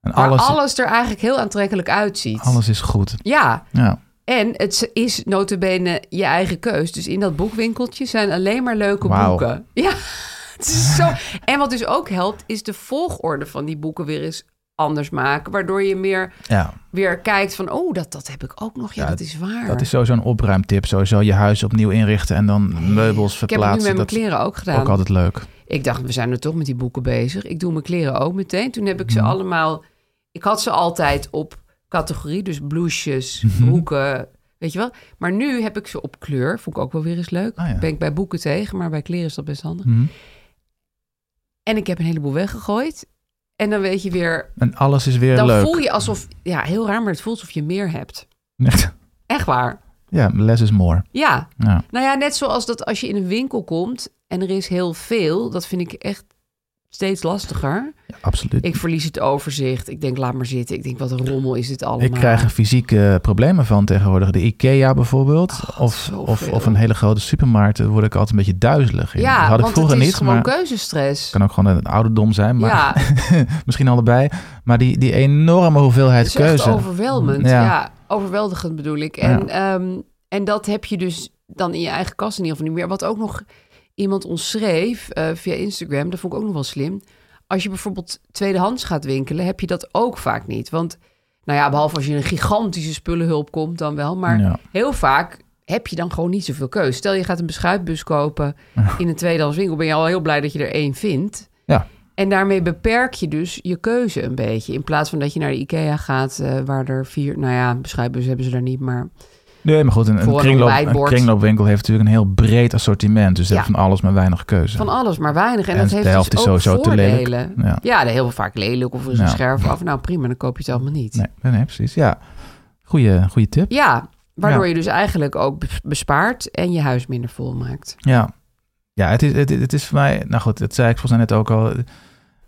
Speaker 3: En
Speaker 4: Waar
Speaker 3: alles,
Speaker 4: alles,
Speaker 3: alles...
Speaker 4: er eigenlijk heel aantrekkelijk uitziet.
Speaker 3: is goed.
Speaker 4: Ja,
Speaker 3: Ja.
Speaker 4: en het is notabene je eigen keus. Dus in dat boekwinkeltje zijn alleen maar leuke
Speaker 3: Wauw.
Speaker 4: boeken. Ja, het is zo. En wat dus ook helpt, is de volgorde van die boeken weer eens anders maken. Waardoor je meer
Speaker 3: ja.
Speaker 4: weer kijkt van, oh, dat, dat heb ik ook nog. Ja,
Speaker 3: Ja,
Speaker 4: dat is waar.
Speaker 3: Dat is sowieso een opruimtip. Sowieso je huis opnieuw inrichten en dan meubels
Speaker 4: ik heb het nu
Speaker 3: verplaatsen.
Speaker 4: met mijn
Speaker 3: Dat is
Speaker 4: kleren ook gedaan.
Speaker 3: ook altijd leuk.
Speaker 4: Ik dacht, we zijn er toch met die boeken bezig. Ik doe mijn kleren ook meteen. Toen heb ik
Speaker 3: Mhm.
Speaker 4: ze allemaal... Ik had ze altijd op categorie, dus blouses,
Speaker 3: Mhm.
Speaker 4: broeken, weet je wel. Maar nu heb ik ze op kleur, vond ik ook wel weer eens leuk.
Speaker 3: Ah, ja.
Speaker 4: Ben ik bij boeken tegen, maar bij kleren is dat best handig.
Speaker 3: Mhm.
Speaker 4: En ik heb een heleboel weggegooid. En dan weet je weer...
Speaker 3: En alles is weer
Speaker 4: Dan
Speaker 3: leuk.
Speaker 4: voel je alsof... Ja, heel raar, maar het voelt alsof je meer hebt. Echt waar.
Speaker 3: ja, less is more.
Speaker 4: Ja.
Speaker 3: Ja.
Speaker 4: Nou ja, net zoals dat als je in een winkel komt en er is heel veel. Dat vind ik echt steeds lastiger.
Speaker 3: Ja, absoluut.
Speaker 4: Ik verlies het overzicht. Ik denk, laat maar zitten. Ik denk, wat een rommel is dit allemaal.
Speaker 3: Ik krijg er fysieke problemen van tegenwoordig. De IKEA bijvoorbeeld.
Speaker 4: Oh,
Speaker 3: of,
Speaker 4: zoveel.
Speaker 3: of, of een hele grote supermarkt. Daar word ik altijd een beetje duizelig in.
Speaker 4: ja,
Speaker 3: dat had ik
Speaker 4: want
Speaker 3: vroeger
Speaker 4: het is
Speaker 3: niet.
Speaker 4: gewoon
Speaker 3: Maar
Speaker 4: keuzestress.
Speaker 3: kan ook gewoon een ouderdom zijn. Maar
Speaker 4: ja, het
Speaker 3: misschien allebei. Maar die, die enorme hoeveelheid
Speaker 4: is echt
Speaker 3: keuze.
Speaker 4: overweldigend.
Speaker 3: Ja.
Speaker 4: Ja. overweldigend bedoel ik. En, ehm, en dat heb je dus dan in je eigen kast in ieder geval niet meer. Wat ook nog iemand ons schreef eh, via Instagram, dat vond ik ook nog wel slim. Als je bijvoorbeeld tweedehands gaat winkelen, heb je dat ook vaak niet. Want, nou ja, behalve als je in een gigantische spullenhulp komt dan wel. Maar
Speaker 3: Ja.
Speaker 4: heel vaak heb je dan gewoon niet zoveel keus. Stel, je gaat een beschuitbus kopen in een tweedehands winkel. Ben je al heel blij dat je er één vindt.
Speaker 3: Ja.
Speaker 4: En daarmee beperk je dus je keuze een beetje. In plaats van dat je naar de IKEA gaat, eh, waar er vier... Nou ja, beschuitbus hebben ze daar niet, maar...
Speaker 3: Nee, maar goed, een, een,
Speaker 4: Voor een
Speaker 3: kringloop, een
Speaker 4: ontbijtbord.
Speaker 3: kringloopwinkel heeft natuurlijk een heel breed assortiment. Dus ze
Speaker 4: Ja.
Speaker 3: hebben van alles maar weinig keuze.
Speaker 4: Van alles, maar weinig. En,
Speaker 3: En
Speaker 4: dat
Speaker 3: de
Speaker 4: heeft
Speaker 3: helft
Speaker 4: dus
Speaker 3: is
Speaker 4: ook
Speaker 3: sowieso te
Speaker 4: voordelen.
Speaker 3: lelijk. Ja.
Speaker 4: Ja, de heel vaak lelijk of er is een
Speaker 3: Ja.
Speaker 4: scherf af. Nou prima, dan koop je het allemaal niet.
Speaker 3: nee, nee, nee, precies. Ja, goede, goede tip.
Speaker 4: Ja, waardoor
Speaker 3: Ja.
Speaker 4: je dus eigenlijk ook bes- bespaart en je huis minder vol maakt.
Speaker 3: Ja, ja het, is, het, het is voor mij, nou goed, dat zei ik volgens mij net ook al.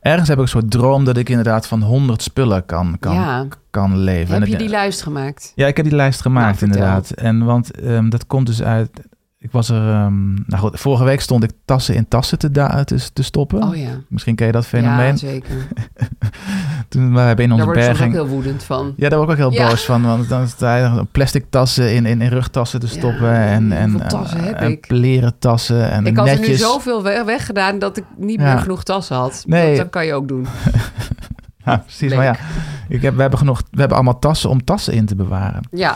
Speaker 3: Ergens heb ik een soort droom dat ik inderdaad van 100 spullen kan, kan,
Speaker 4: ja,
Speaker 3: kan leven. En
Speaker 4: heb je
Speaker 3: het-
Speaker 4: die lijst gemaakt?
Speaker 3: Ja, ik heb die lijst gemaakt
Speaker 4: Nou, vertel.
Speaker 3: inderdaad. En want ehm, dat komt dus uit. Ik was er. ehm, nou goed, vorige week stond ik tassen in tassen te, da- te, te stoppen.
Speaker 4: Oh ja,
Speaker 3: Misschien ken je dat
Speaker 4: ja
Speaker 3: fenomeen.
Speaker 4: zeker.
Speaker 3: Toen we hebben in onze
Speaker 4: Daar word ik soms ook
Speaker 3: berging.
Speaker 4: heel woedend van.
Speaker 3: Ja, daar word ik ook heel
Speaker 4: Ja.
Speaker 3: boos van. Want dan staan er plastic tassen in, in, in rugtassen te
Speaker 4: Ja,
Speaker 3: stoppen. en, en,
Speaker 4: hoeveel tassen
Speaker 3: en-
Speaker 4: heb
Speaker 3: en
Speaker 4: ik?
Speaker 3: Pleren tassen. En
Speaker 4: Ik had er nu
Speaker 3: netjes.
Speaker 4: zoveel we- weggedaan dat ik niet
Speaker 3: Ja.
Speaker 4: meer genoeg tassen had.
Speaker 3: Nee.
Speaker 4: Dat, dat kan je ook doen.
Speaker 3: Ja, precies. Maar ja, ik heb, we, hebben genoeg, we hebben allemaal tassen om tassen in te bewaren.
Speaker 4: Ja,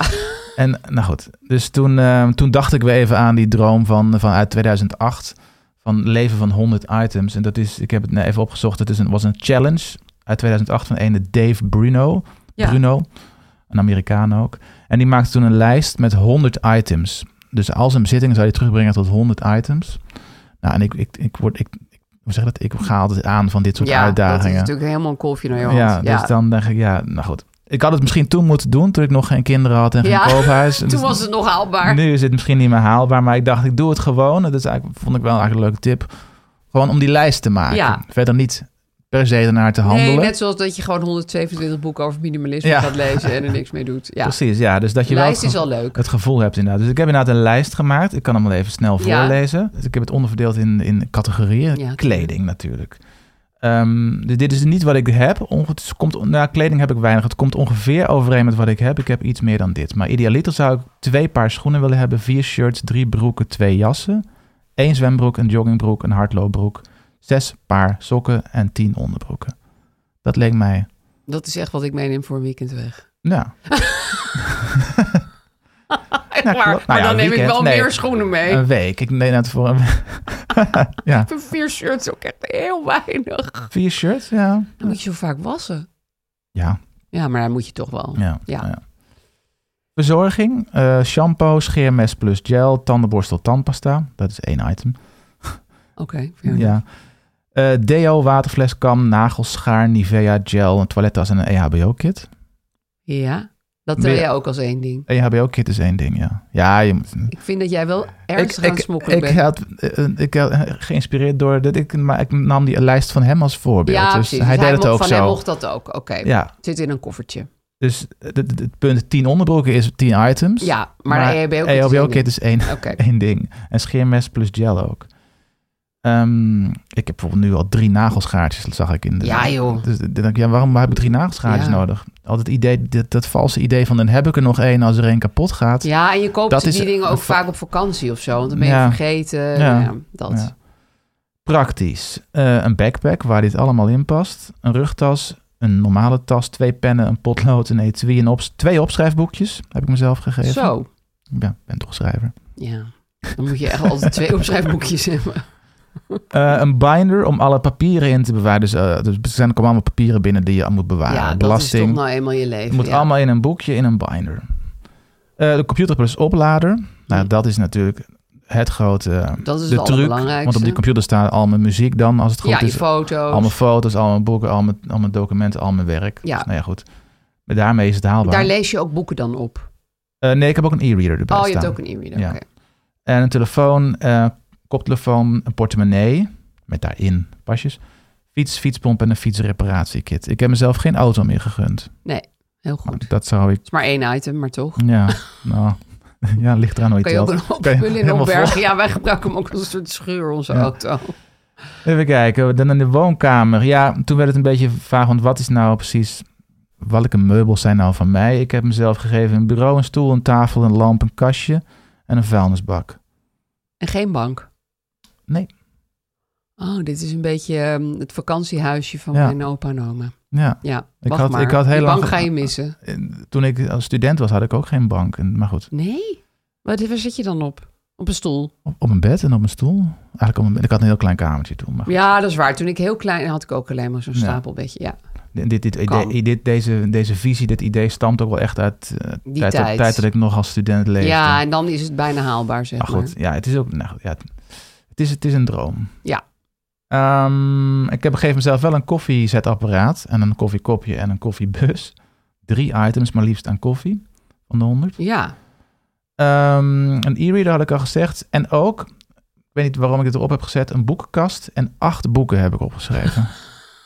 Speaker 3: En nou goed, dus toen, eh, toen dacht ik weer even aan die droom van, van uit 2008 van leven van 100 items. En dat is, ik heb het net even opgezocht, het is een, was een challenge uit 2008 van ene Dave Bruno.
Speaker 4: Ja.
Speaker 3: Bruno, een Amerikaan ook. En die maakte toen een lijst met 100 items. Dus als een bezitting zou je terugbrengen tot 100 items. Nou, en ik, ik, ik word, ik, ik- hoe zeg je dat? Ik ga altijd aan van dit soort
Speaker 4: ja dat is
Speaker 3: uitdagingen.
Speaker 4: natuurlijk helemaal een kolfje naar je hand.
Speaker 3: Ja, dus dan denk ik, ja, nou goed. Ik had het misschien toen moeten doen, toen ik nog geen kinderen had en geen
Speaker 4: Ja,
Speaker 3: koophuis.
Speaker 4: Toen was het nog haalbaar.
Speaker 3: dus Nu is het misschien niet meer haalbaar, maar ik dacht, ik doe het gewoon. Dat is eigenlijk, vond ik wel eigenlijk een leuke tip. Gewoon om die lijst te maken.
Speaker 4: Ja.
Speaker 3: Verder niet per se ernaar te handelen.
Speaker 4: Nee, net zoals dat je gewoon 127 boeken over minimalisme
Speaker 3: Ja.
Speaker 4: gaat lezen en er niks mee doet. Ja,
Speaker 3: Precies, ja. Dus dat
Speaker 4: de
Speaker 3: je wel
Speaker 4: lijst
Speaker 3: het
Speaker 4: is
Speaker 3: ge-
Speaker 4: al leuk.
Speaker 3: het gevoel hebt inderdaad. Dus ik heb inderdaad een lijst gemaakt. Ik kan hem wel even snel
Speaker 4: Ja.
Speaker 3: voorlezen. Dus ik heb het onderverdeeld in, in categorieën.
Speaker 4: Ja.
Speaker 3: Kleding natuurlijk. Ehm, dus dit is niet wat ik heb. Onge- het komt, nou, kleding heb ik weinig. Het komt ongeveer overeen met wat ik heb. Ik heb iets meer dan dit. Maar idealiter zou ik twee paar schoenen willen hebben. Vier shirts, drie broeken, twee jassen. één zwembroek, een joggingbroek, een hardloopbroek. Zes paar sokken en tien onderbroeken. Dat leek mij...
Speaker 4: Dat is echt wat ik meeneem voor een weekend weg.
Speaker 3: Nou,
Speaker 4: Echt
Speaker 3: Nou,
Speaker 4: waar.
Speaker 3: klopt.
Speaker 4: maar
Speaker 3: Nou ja,
Speaker 4: dan neem
Speaker 3: weekend,
Speaker 4: ik wel
Speaker 3: nee.
Speaker 4: meer schoenen mee.
Speaker 3: een week. Ik neem het voor een ja.
Speaker 4: Voor vier shirts ook echt heel weinig.
Speaker 3: Vier shirts, ja.
Speaker 4: Dan moet je zo vaak wassen.
Speaker 3: Ja,
Speaker 4: Ja, maar dan moet je toch wel.
Speaker 3: Ja.
Speaker 4: Ja.
Speaker 3: Verzorging, eh, shampoo, scheermes plus gel, tandenborstel, tandpasta. Dat is één item.
Speaker 4: Oké, fair enough.
Speaker 3: Ja. Eh, deo, waterfles, kam, nagels, schaar, Nivea, gel, een toilettas en een E EHBO-kit.
Speaker 4: ja. Dat tel
Speaker 3: Weer-
Speaker 4: jij ook als één ding.
Speaker 3: E EHBO-kit is één ding, ja. Ja, je moet...
Speaker 4: Ik vind dat jij wel ernstig aan het smokkelen
Speaker 3: ik,
Speaker 4: bent.
Speaker 3: had, eh, ik had, eh, geïnspireerd door dit, ik, maar ik nam die lijst van hem als voorbeeld.
Speaker 4: ja,
Speaker 3: dus
Speaker 4: precies.
Speaker 3: hij
Speaker 4: Dus
Speaker 3: deed het
Speaker 4: mocht-
Speaker 3: ook
Speaker 4: van Hij
Speaker 3: zo.
Speaker 4: mocht dat ook. Oké.
Speaker 3: Ja,
Speaker 4: Zit in een koffertje.
Speaker 3: dus het, het- het punt 10 onderbroeken is 10 items.
Speaker 4: Ja, maar, E de EHBO-kit
Speaker 3: E
Speaker 4: is één
Speaker 3: EHBO-kit is één.
Speaker 4: ding. Oké.
Speaker 3: één ding. En scheermes plus gel ook. Ehm, ik heb bijvoorbeeld nu al drie nagelschaartjes, dat zag ik in de...
Speaker 4: Ja, joh.
Speaker 3: Dus dan denk ik, ja, waarom heb ik drie nagelschaartjes
Speaker 4: Ja.
Speaker 3: nodig? Al dat, idee, dat, dat valse idee van dan heb ik er nog één als er één kapot gaat.
Speaker 4: Ja, en je koopt
Speaker 3: Dat
Speaker 4: die
Speaker 3: is-
Speaker 4: dingen ook vaak op vakantie of zo. Want dan ben je
Speaker 3: Ja.
Speaker 4: vergeten. nou
Speaker 3: Ja.
Speaker 4: Ja. dat.
Speaker 3: Ja. Praktisch. Eh, een backpack waar dit allemaal in past. Een rugtas, een normale tas, twee pennen, een potlood, een etui, een ops twee opschrijfboekjes heb ik mezelf gegeven.
Speaker 4: Zo.
Speaker 3: Ja, ik ben toch schrijver.
Speaker 4: Ja. Dan moet je echt altijd twee opschrijfboekjes hebben.
Speaker 3: Eh, een binder om alle papieren in te bewaren. Dus, eh, dus er zijn ook allemaal papieren binnen die je moet bewaren.
Speaker 4: ja,
Speaker 3: Belasting.
Speaker 4: dat is toch nou eenmaal je
Speaker 3: Het
Speaker 4: leven.
Speaker 3: moet
Speaker 4: ja.
Speaker 3: allemaal in een boekje, in een binder. Eh, de computer plus oplader. Nou,
Speaker 4: Hm.
Speaker 3: dat is natuurlijk het grote eh,
Speaker 4: Dat is
Speaker 3: de
Speaker 4: het
Speaker 3: truc.
Speaker 4: allerbelangrijkste.
Speaker 3: Want op die computer staan al mijn muziek dan, als het goed
Speaker 4: Ja, je
Speaker 3: is.
Speaker 4: foto's.
Speaker 3: Al mijn foto's, al mijn boeken, al mijn, al mijn documenten, al mijn werk.
Speaker 4: Ja.
Speaker 3: Dus, nou ja, goed. Maar daarmee is het haalbaar.
Speaker 4: Daar lees je ook boeken dan op.
Speaker 3: Eh, nee, ik heb ook een e-reader erbij
Speaker 4: Oh, je
Speaker 3: staan.
Speaker 4: hebt ook een e-reader.
Speaker 3: Ja.
Speaker 4: oké.
Speaker 3: En een telefoon, eh, koptelefoon, een portemonnee met daarin pasjes. Fiets, fietspomp en een fietsreparatiekit. Ik heb mezelf geen auto meer gegund.
Speaker 4: Heel goed. Het
Speaker 3: Dat zou ik...
Speaker 4: is maar één item, maar toch.
Speaker 3: Ja, nou... Ja, ligt eraan hoe je
Speaker 4: Kan je ook
Speaker 3: telt.
Speaker 4: een hoop
Speaker 3: Kan je
Speaker 4: spullen in
Speaker 3: helemaal vol-
Speaker 4: opbergen. Ja, wij gebruiken hem ook als een soort schuur, onze
Speaker 3: Ja.
Speaker 4: auto.
Speaker 3: Even kijken, dan in de woonkamer. Ja, toen werd het een beetje vaag, want wat is nou precies... Welke meubels zijn nou van mij? Ik heb mezelf gegeven een bureau, een stoel, een tafel, een lamp, een kastje en een vuilnisbak.
Speaker 4: En geen bank.
Speaker 3: Nee.
Speaker 4: Oh, dit is een beetje ehm, het vakantiehuisje van
Speaker 3: Ja.
Speaker 4: mijn opa en oma.
Speaker 3: Ja.
Speaker 4: Ja,
Speaker 3: Ik
Speaker 4: wacht
Speaker 3: had-
Speaker 4: maar.
Speaker 3: ik had heel
Speaker 4: Die
Speaker 3: lang
Speaker 4: bank
Speaker 3: ge-
Speaker 4: ga je missen.
Speaker 3: En Toen ik als student was, had ik ook geen bank. En, maar goed,
Speaker 4: Nee? Wat, waar zit je dan op? Op een stoel?
Speaker 3: op, op een bed en op een stoel. Eigenlijk op een bed. Ik had een heel klein kamertje toen. Maar goed.
Speaker 4: Ja, dat is waar. Toen ik heel klein had ik ook alleen maar zo'n
Speaker 3: Ja.
Speaker 4: stapelbedje. Ja,
Speaker 3: Dit, dit, dit,
Speaker 4: Kan.
Speaker 3: idee- dit- deze, deze visie, dit idee stamt ook wel echt uit eh,
Speaker 4: Die
Speaker 3: tijd,
Speaker 4: tijd.
Speaker 3: tijd dat ik nog als student leefde.
Speaker 4: ja en dan is het bijna haalbaar, zeg
Speaker 3: Maar
Speaker 4: maar.
Speaker 3: goed, ja, het is ook. Nou, goed, ja, het, het is, het is een droom.
Speaker 4: Ja.
Speaker 3: Ehm, ik heb gegeven mezelf wel een koffiezetapparaat en een koffiekopje en een koffiebus. Drie items, maar liefst aan koffie van de 100.
Speaker 4: Ja,
Speaker 3: Ehm, een e-reader had ik al gezegd. En ook, ik weet niet waarom ik dit erop heb gezet, een boekenkast en acht boeken heb ik opgeschreven.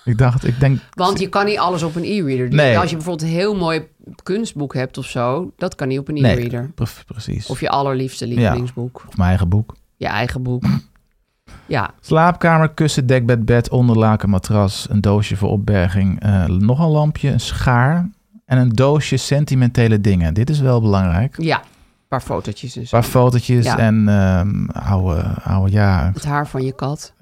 Speaker 3: ik dacht, ik denk.
Speaker 4: want je kan niet alles op een e-reader doen.
Speaker 3: Nee.
Speaker 4: Als je bijvoorbeeld een heel mooi kunstboek hebt of zo, dat kan niet op een
Speaker 3: Nee,
Speaker 4: e-reader.
Speaker 3: pre- precies. Of
Speaker 4: Of je allerliefste lievelingsboek.
Speaker 3: mijn eigen boek.
Speaker 4: Je eigen boek. ja,
Speaker 3: Slaapkamer, kussen, dekbed, bed, onderlaken, matras, een doosje voor opberging, eh, nog een lampje, een schaar en een doosje sentimentele dingen. Dit is wel belangrijk. Een
Speaker 4: ja. Een paar fotootjes en zo.
Speaker 3: paar fotootjes
Speaker 4: Ja.
Speaker 3: en ehm oude, oude ja.
Speaker 4: Het haar van je kat.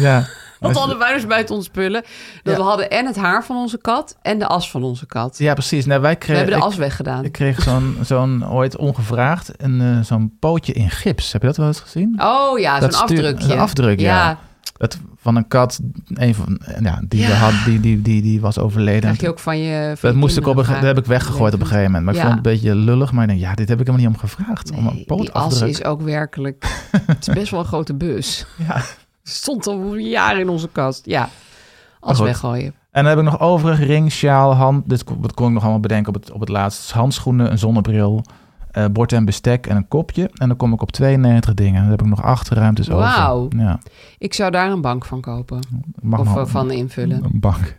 Speaker 3: ja.
Speaker 4: Want we hadden wij dus buiten ons spullen. Dat
Speaker 3: Ja.
Speaker 4: we hadden en het haar van onze kat en de as van onze kat.
Speaker 3: Ja, precies. Nou, wij
Speaker 4: we
Speaker 3: kregen,
Speaker 4: hebben de as
Speaker 3: ik,
Speaker 4: weggedaan.
Speaker 3: ik kreeg zo'n, zo'n ooit ongevraagd een, eh, zo'n pootje in gips. Heb je dat wel eens gezien?
Speaker 4: oh ja, zo'n
Speaker 3: dat stuur-
Speaker 4: afdrukje.
Speaker 3: een afdruk, ja. Dat van een kat, een van, ja, die, we
Speaker 4: Ja.
Speaker 3: had, die, die, die, die was overleden.
Speaker 4: Krijg je ook van je van
Speaker 3: Dat,
Speaker 4: je
Speaker 3: moest ik op een,
Speaker 4: kinderen
Speaker 3: ge- dat heb ik
Speaker 4: vaak.
Speaker 3: weggegooid op een gegeven moment. Maar ik
Speaker 4: Ja.
Speaker 3: vond het een beetje lullig. Maar ik denk, ja, dit heb ik helemaal niet om gevraagd. om
Speaker 4: Nee,
Speaker 3: een
Speaker 4: die as
Speaker 3: pootafdruk.
Speaker 4: is ook werkelijk... het is best wel een grote bus.
Speaker 3: Ja.
Speaker 4: Stond al een jaar in onze kast. Ja,
Speaker 3: Maar
Speaker 4: as
Speaker 3: goed.
Speaker 4: weggooien.
Speaker 3: En dan heb ik nog overig ring, sjaal, hand. Dit kon, dat kon ik nog allemaal bedenken op het, op het laatst. Handschoenen, een zonnebril, eh, bord en bestek en een kopje. En dan kom ik op 92 dingen. Dan heb ik nog acht ruimtes
Speaker 4: Wauw.
Speaker 3: over. Ja,
Speaker 4: Ik zou daar een bank van kopen.
Speaker 3: ik mag
Speaker 4: of
Speaker 3: nog
Speaker 4: eh, van invullen.
Speaker 3: Een bank.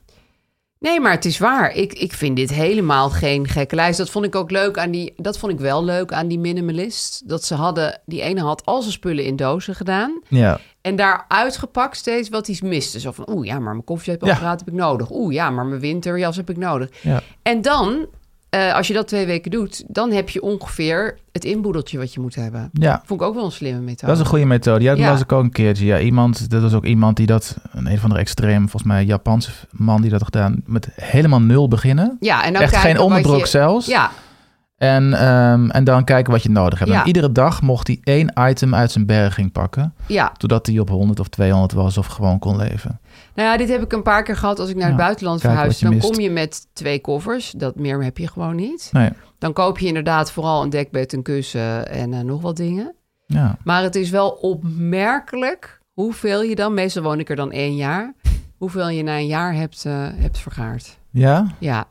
Speaker 4: Nee, maar het is waar. Ik, ik vind dit helemaal geen gekke lijst. Dat vond ik ook leuk aan die. Dat vond ik wel leuk aan die minimalist. Dat ze hadden. Die ene had al zijn spullen in dozen gedaan.
Speaker 3: Ja,
Speaker 4: En daar uitgepakt steeds wat hij miste. Zo van. Oeh ja, maar mijn koffiezetapparaat heb ik nodig. Oeh ja, maar mijn winterjas heb ik nodig.
Speaker 3: ja.
Speaker 4: En dan, eh, als je dat twee weken doet. dan heb je ongeveer het inboedeltje wat je moet hebben.
Speaker 3: ja.
Speaker 4: Vond ik ook wel een slimme methode.
Speaker 3: Dat is een goede methode. Ja, dat
Speaker 4: Ja.
Speaker 3: las ik ook een keertje. Ja, iemand, dat was ook iemand die dat, een een van de extreem, volgens mij Japanse man die dat had gedaan, met helemaal nul beginnen.
Speaker 4: Ja, en dan
Speaker 3: Echt
Speaker 4: kijken
Speaker 3: geen
Speaker 4: wat
Speaker 3: onderbroek
Speaker 4: je-
Speaker 3: zelfs.
Speaker 4: Ja,
Speaker 3: En, ehm, en dan kijken wat je nodig hebt.
Speaker 4: Ja.
Speaker 3: En iedere dag mocht hij één item uit zijn berging pakken.
Speaker 4: ja.
Speaker 3: Totdat hij op 100 of 200 was of gewoon kon leven.
Speaker 4: Nou ja, dit heb ik een paar keer gehad als ik naar het
Speaker 3: Ja,
Speaker 4: buitenland
Speaker 3: kijk
Speaker 4: verhuis.
Speaker 3: wat je
Speaker 4: Dan
Speaker 3: mist.
Speaker 4: kom je met twee koffers. Dat meer heb je gewoon niet.
Speaker 3: Nee,
Speaker 4: Dan koop je inderdaad vooral een dekbed, een kussen en eh, nog wat dingen.
Speaker 3: ja.
Speaker 4: Maar het is wel opmerkelijk hoeveel je dan, meestal woon ik er dan één jaar, hoeveel je na een jaar hebt, eh, hebt vergaard.
Speaker 3: Ja?
Speaker 4: Ja,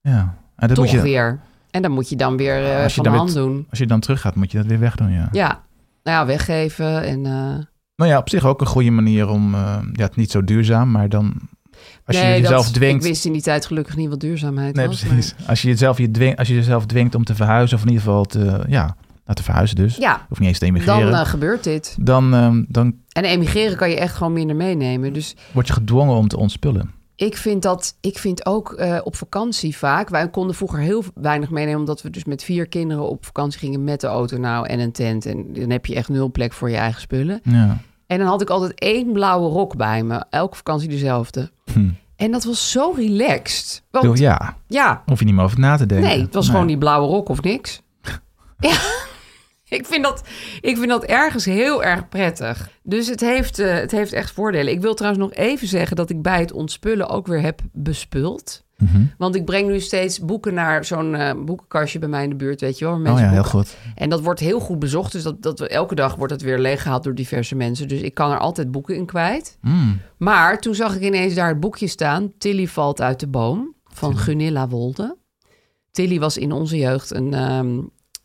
Speaker 3: Ja. En dat
Speaker 4: toch
Speaker 3: moet je,
Speaker 4: weer. En dan moet je dan weer eh,
Speaker 3: Als je dan
Speaker 4: van de
Speaker 3: weer
Speaker 4: hand
Speaker 3: t-
Speaker 4: doen.
Speaker 3: Als je dan terug gaat, moet je dat weer wegdoen, ja.
Speaker 4: Ja, nou ja, weggeven en... eh,
Speaker 3: Nou ja, op zich ook een goede manier om... eh, ja, het niet zo duurzaam, maar dan... Als
Speaker 4: nee,
Speaker 3: je
Speaker 4: dat-
Speaker 3: jezelf dwingt...
Speaker 4: Ik wist in die tijd gelukkig niet wat duurzaamheid
Speaker 3: Nee,
Speaker 4: was.
Speaker 3: precies. Als, je jezelf, je dwingt, als je jezelf dwingt om te verhuizen, of in ieder geval te, ja, nou, te verhuizen dus.
Speaker 4: maar- ja,
Speaker 3: Of niet eens te
Speaker 4: dan
Speaker 3: emigreren. Dan,
Speaker 4: eh, gebeurt dit.
Speaker 3: ehm, dan
Speaker 4: En emigreren kan je echt gewoon minder meenemen. Dus
Speaker 3: word je gedwongen om te ontspullen.
Speaker 4: ik vind dat, ik vind ook eh, op vakantie vaak. Wij konden vroeger heel weinig meenemen, omdat we dus met vier kinderen op vakantie gingen met de auto nou en een tent. En dan heb je echt nul plek voor je eigen spullen.
Speaker 3: Ja.
Speaker 4: En dan had ik altijd één blauwe rok bij me. Elke vakantie dezelfde.
Speaker 3: Hm.
Speaker 4: En dat was zo relaxed. Want
Speaker 3: Doe-
Speaker 4: ja,
Speaker 3: ja, hoef je niet meer over na te denken.
Speaker 4: nee, het was gewoon die blauwe rok of niks. ja, ik vind, dat, ik vind dat ergens heel erg prettig. Dus het heeft, eh, het heeft echt voordelen. Ik wil trouwens nog even zeggen dat ik bij het ontspullen ook weer heb bespuld.
Speaker 3: Mhm.
Speaker 4: Want ik breng nu steeds boeken naar zo'n eh, boekenkastje bij mij in de buurt, weet je wel. waar
Speaker 3: Oh
Speaker 4: mensen
Speaker 3: ja, heel
Speaker 4: boeken-
Speaker 3: goed.
Speaker 4: En dat wordt heel goed bezocht, dus dat, dat, we- elke dag wordt dat weer leeggehaald door diverse mensen. Dus ik kan er altijd boeken in kwijt.
Speaker 3: Mm.
Speaker 4: Maar toen zag ik ineens daar het boekje staan, Tilly valt uit de boom, van Gunilla Wolde. Tilly was in onze jeugd een, ehm,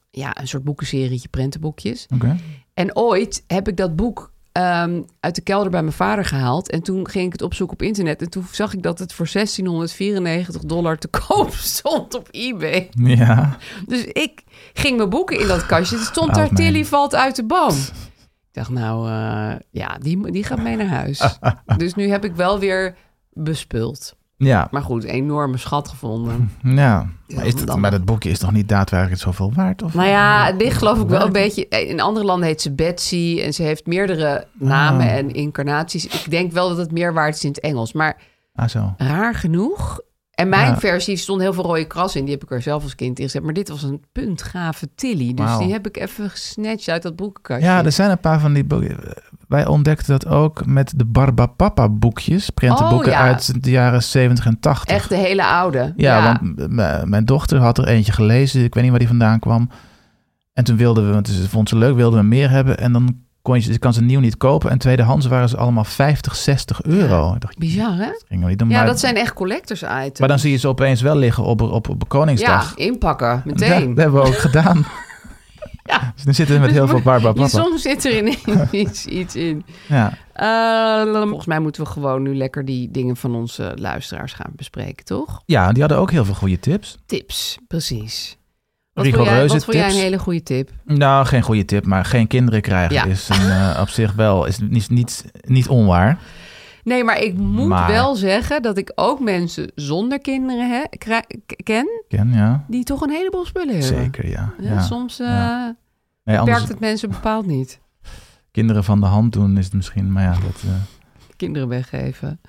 Speaker 4: ja, een soort boekenserietje prentenboekjes.
Speaker 3: Oké.
Speaker 4: En ooit heb ik dat boek ehm, uit de kelder bij mijn vader gehaald. En toen ging ik het opzoeken op internet. En toen zag ik dat het voor 1694 dollar te koop stond op eBay.
Speaker 3: Ja.
Speaker 4: Dus ik ging mijn boeken in dat kastje. Het stond
Speaker 3: Oud
Speaker 4: daar
Speaker 3: Oh, man.
Speaker 4: Tilly valt uit de boom. Ik dacht, nou eh, ja, die, die gaat mee naar huis. Dus nu heb ik wel weer bespuld.
Speaker 3: Ja,
Speaker 4: Maar goed, een enorme schat gevonden.
Speaker 3: ja. Maar is
Speaker 4: dan-
Speaker 3: dat, maar dat boekje is toch niet daadwerkelijk zoveel waard? Of?
Speaker 4: Nou ja, het ligt geloof ik wel een beetje... In andere landen heet ze Betsy en ze heeft meerdere
Speaker 3: Ah.
Speaker 4: namen en incarnaties. Ik denk wel dat het meer waard is in het Engels. Maar
Speaker 3: Ah, zo.
Speaker 4: raar genoeg... En mijn
Speaker 3: Ja.
Speaker 4: versie stond heel veel rode krassen in. Die heb ik er zelf als kind in gezet. Maar dit was een puntgave Tilly. Dus
Speaker 3: Wauw.
Speaker 4: die heb ik even gesnatcht uit dat boekenkastje.
Speaker 3: Ja, er zijn een paar van die boeken. Wij ontdekten dat ook met de Barbapapa boekjes. Prentenboeken
Speaker 4: Oh, ja.
Speaker 3: uit de jaren 70 en 80.
Speaker 4: Echt de hele oude.
Speaker 3: Ja, want m- m- mijn dochter had er eentje gelezen. Ik weet niet waar die vandaan kwam. En toen wilden we, want ze vond ze leuk, wilden we meer hebben. En dan kon je, ze- kan ze nieuw niet kopen. En tweedehands waren ze allemaal 50, 60 euro. Ik dacht,
Speaker 4: Bizar, hè?
Speaker 3: ging wel niet doen.
Speaker 4: Ja,
Speaker 3: maar,
Speaker 4: dat zijn echt collectors items.
Speaker 3: maar dan zie je ze opeens wel liggen op, op, op
Speaker 4: ja,
Speaker 3: Koningsdag.
Speaker 4: inpakken,
Speaker 3: Ja,
Speaker 4: meteen.
Speaker 3: dat hebben we ook gedaan.
Speaker 4: Ja.
Speaker 3: Dus dan zitten we met heel veel
Speaker 4: Ja,
Speaker 3: Barbapapa.
Speaker 4: soms zit er ineens iets, iets in.
Speaker 3: Ja.
Speaker 4: Eh, volgens mij moeten we gewoon nu lekker die dingen van onze luisteraars gaan bespreken, toch?
Speaker 3: ja, die hadden ook heel veel goede tips.
Speaker 4: Tips, precies. Wat vond jij,
Speaker 3: Rigoureuze
Speaker 4: wat vond jij een
Speaker 3: tips.
Speaker 4: hele goede tip?
Speaker 3: Nou, geen goede tip, maar geen kinderen krijgen
Speaker 4: Ja.
Speaker 3: is een, eh, op zich wel is niet, niet, niet onwaar.
Speaker 4: Nee, maar ik moet
Speaker 3: Maar-
Speaker 4: wel zeggen dat ik ook mensen zonder kinderen hè, kra- k- ken
Speaker 3: Ken, ja.
Speaker 4: die toch een heleboel spullen hebben.
Speaker 3: Zeker, ja.
Speaker 4: Ja,
Speaker 3: ja.
Speaker 4: Soms eh
Speaker 3: Nee, anders-
Speaker 4: werkt het mensen bepaald niet.
Speaker 3: kinderen van de hand doen is het misschien, maar ja. Dat, eh.
Speaker 4: Kinderen weggeven.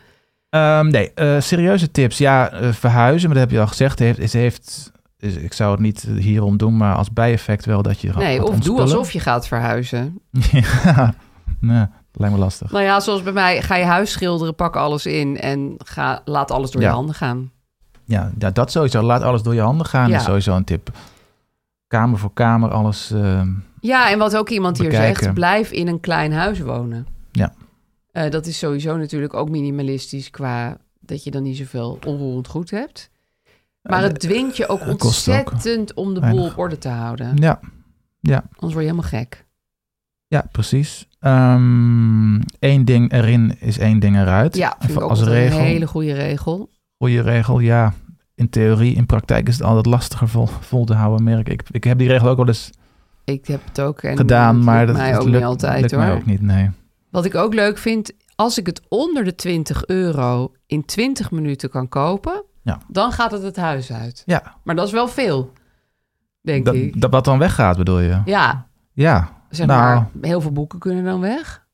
Speaker 3: Ehm, nee, eh, serieuze tips. Ja, eh, verhuizen, maar dat heb je al gezegd. Heeft, is, heeft, is- ik zou het niet hierom doen, maar als bijeffect wel dat je...
Speaker 4: Nee,
Speaker 3: gaat
Speaker 4: of doe
Speaker 3: ontspullen.
Speaker 4: alsof je gaat verhuizen.
Speaker 3: ja, nee, dat lijkt me lastig.
Speaker 4: Nou ja, zoals bij mij, ga je huis schilderen, pak alles in en ga, laat alles door
Speaker 3: Ja.
Speaker 4: je handen gaan.
Speaker 3: Ja, ja, dat sowieso. Laat alles door je handen gaan
Speaker 4: Ja.
Speaker 3: is sowieso een tip. Kamer voor kamer, alles... ehm,
Speaker 4: Ja, en wat ook iemand hier
Speaker 3: Bekijken.
Speaker 4: zegt, blijf in een klein huis wonen.
Speaker 3: Ja.
Speaker 4: Eh, dat is sowieso natuurlijk ook minimalistisch qua dat je dan niet zoveel onroerend goed hebt. Maar het dwingt je ook
Speaker 3: eh, kost ook
Speaker 4: ontzettend om de
Speaker 3: weinig.
Speaker 4: boel op orde te houden.
Speaker 3: eh, ja.
Speaker 4: Anders word je helemaal gek.
Speaker 3: Ja, precies. Eén ding erin is één ding eruit.
Speaker 4: Ja, vind
Speaker 3: Even
Speaker 4: ik ook
Speaker 3: als
Speaker 4: altijd
Speaker 3: regel.
Speaker 4: een hele goede regel.
Speaker 3: Goede regel, ja. In theorie, in praktijk is het altijd lastiger vol, vol te houden, merk ik. Ik heb die regel ook wel eens
Speaker 4: Ik heb het ook en
Speaker 3: gedaan,
Speaker 4: het
Speaker 3: maar
Speaker 4: lukt
Speaker 3: dat,
Speaker 4: mij
Speaker 3: dat
Speaker 4: ook
Speaker 3: lukt,
Speaker 4: niet altijd
Speaker 3: lukt
Speaker 4: hoor.
Speaker 3: mij ook niet, nee.
Speaker 4: Wat ik ook leuk vind, als ik het onder de 20 euro in 20 minuten kan kopen,
Speaker 3: Ja.
Speaker 4: dan gaat het het huis uit.
Speaker 3: Ja,
Speaker 4: Maar dat is wel veel, denk
Speaker 3: dat,
Speaker 4: ik.
Speaker 3: dat wat dan weggaat bedoel je?
Speaker 4: Ja,
Speaker 3: Ja,
Speaker 4: zeg
Speaker 3: Nou.
Speaker 4: maar, heel veel boeken kunnen dan weg.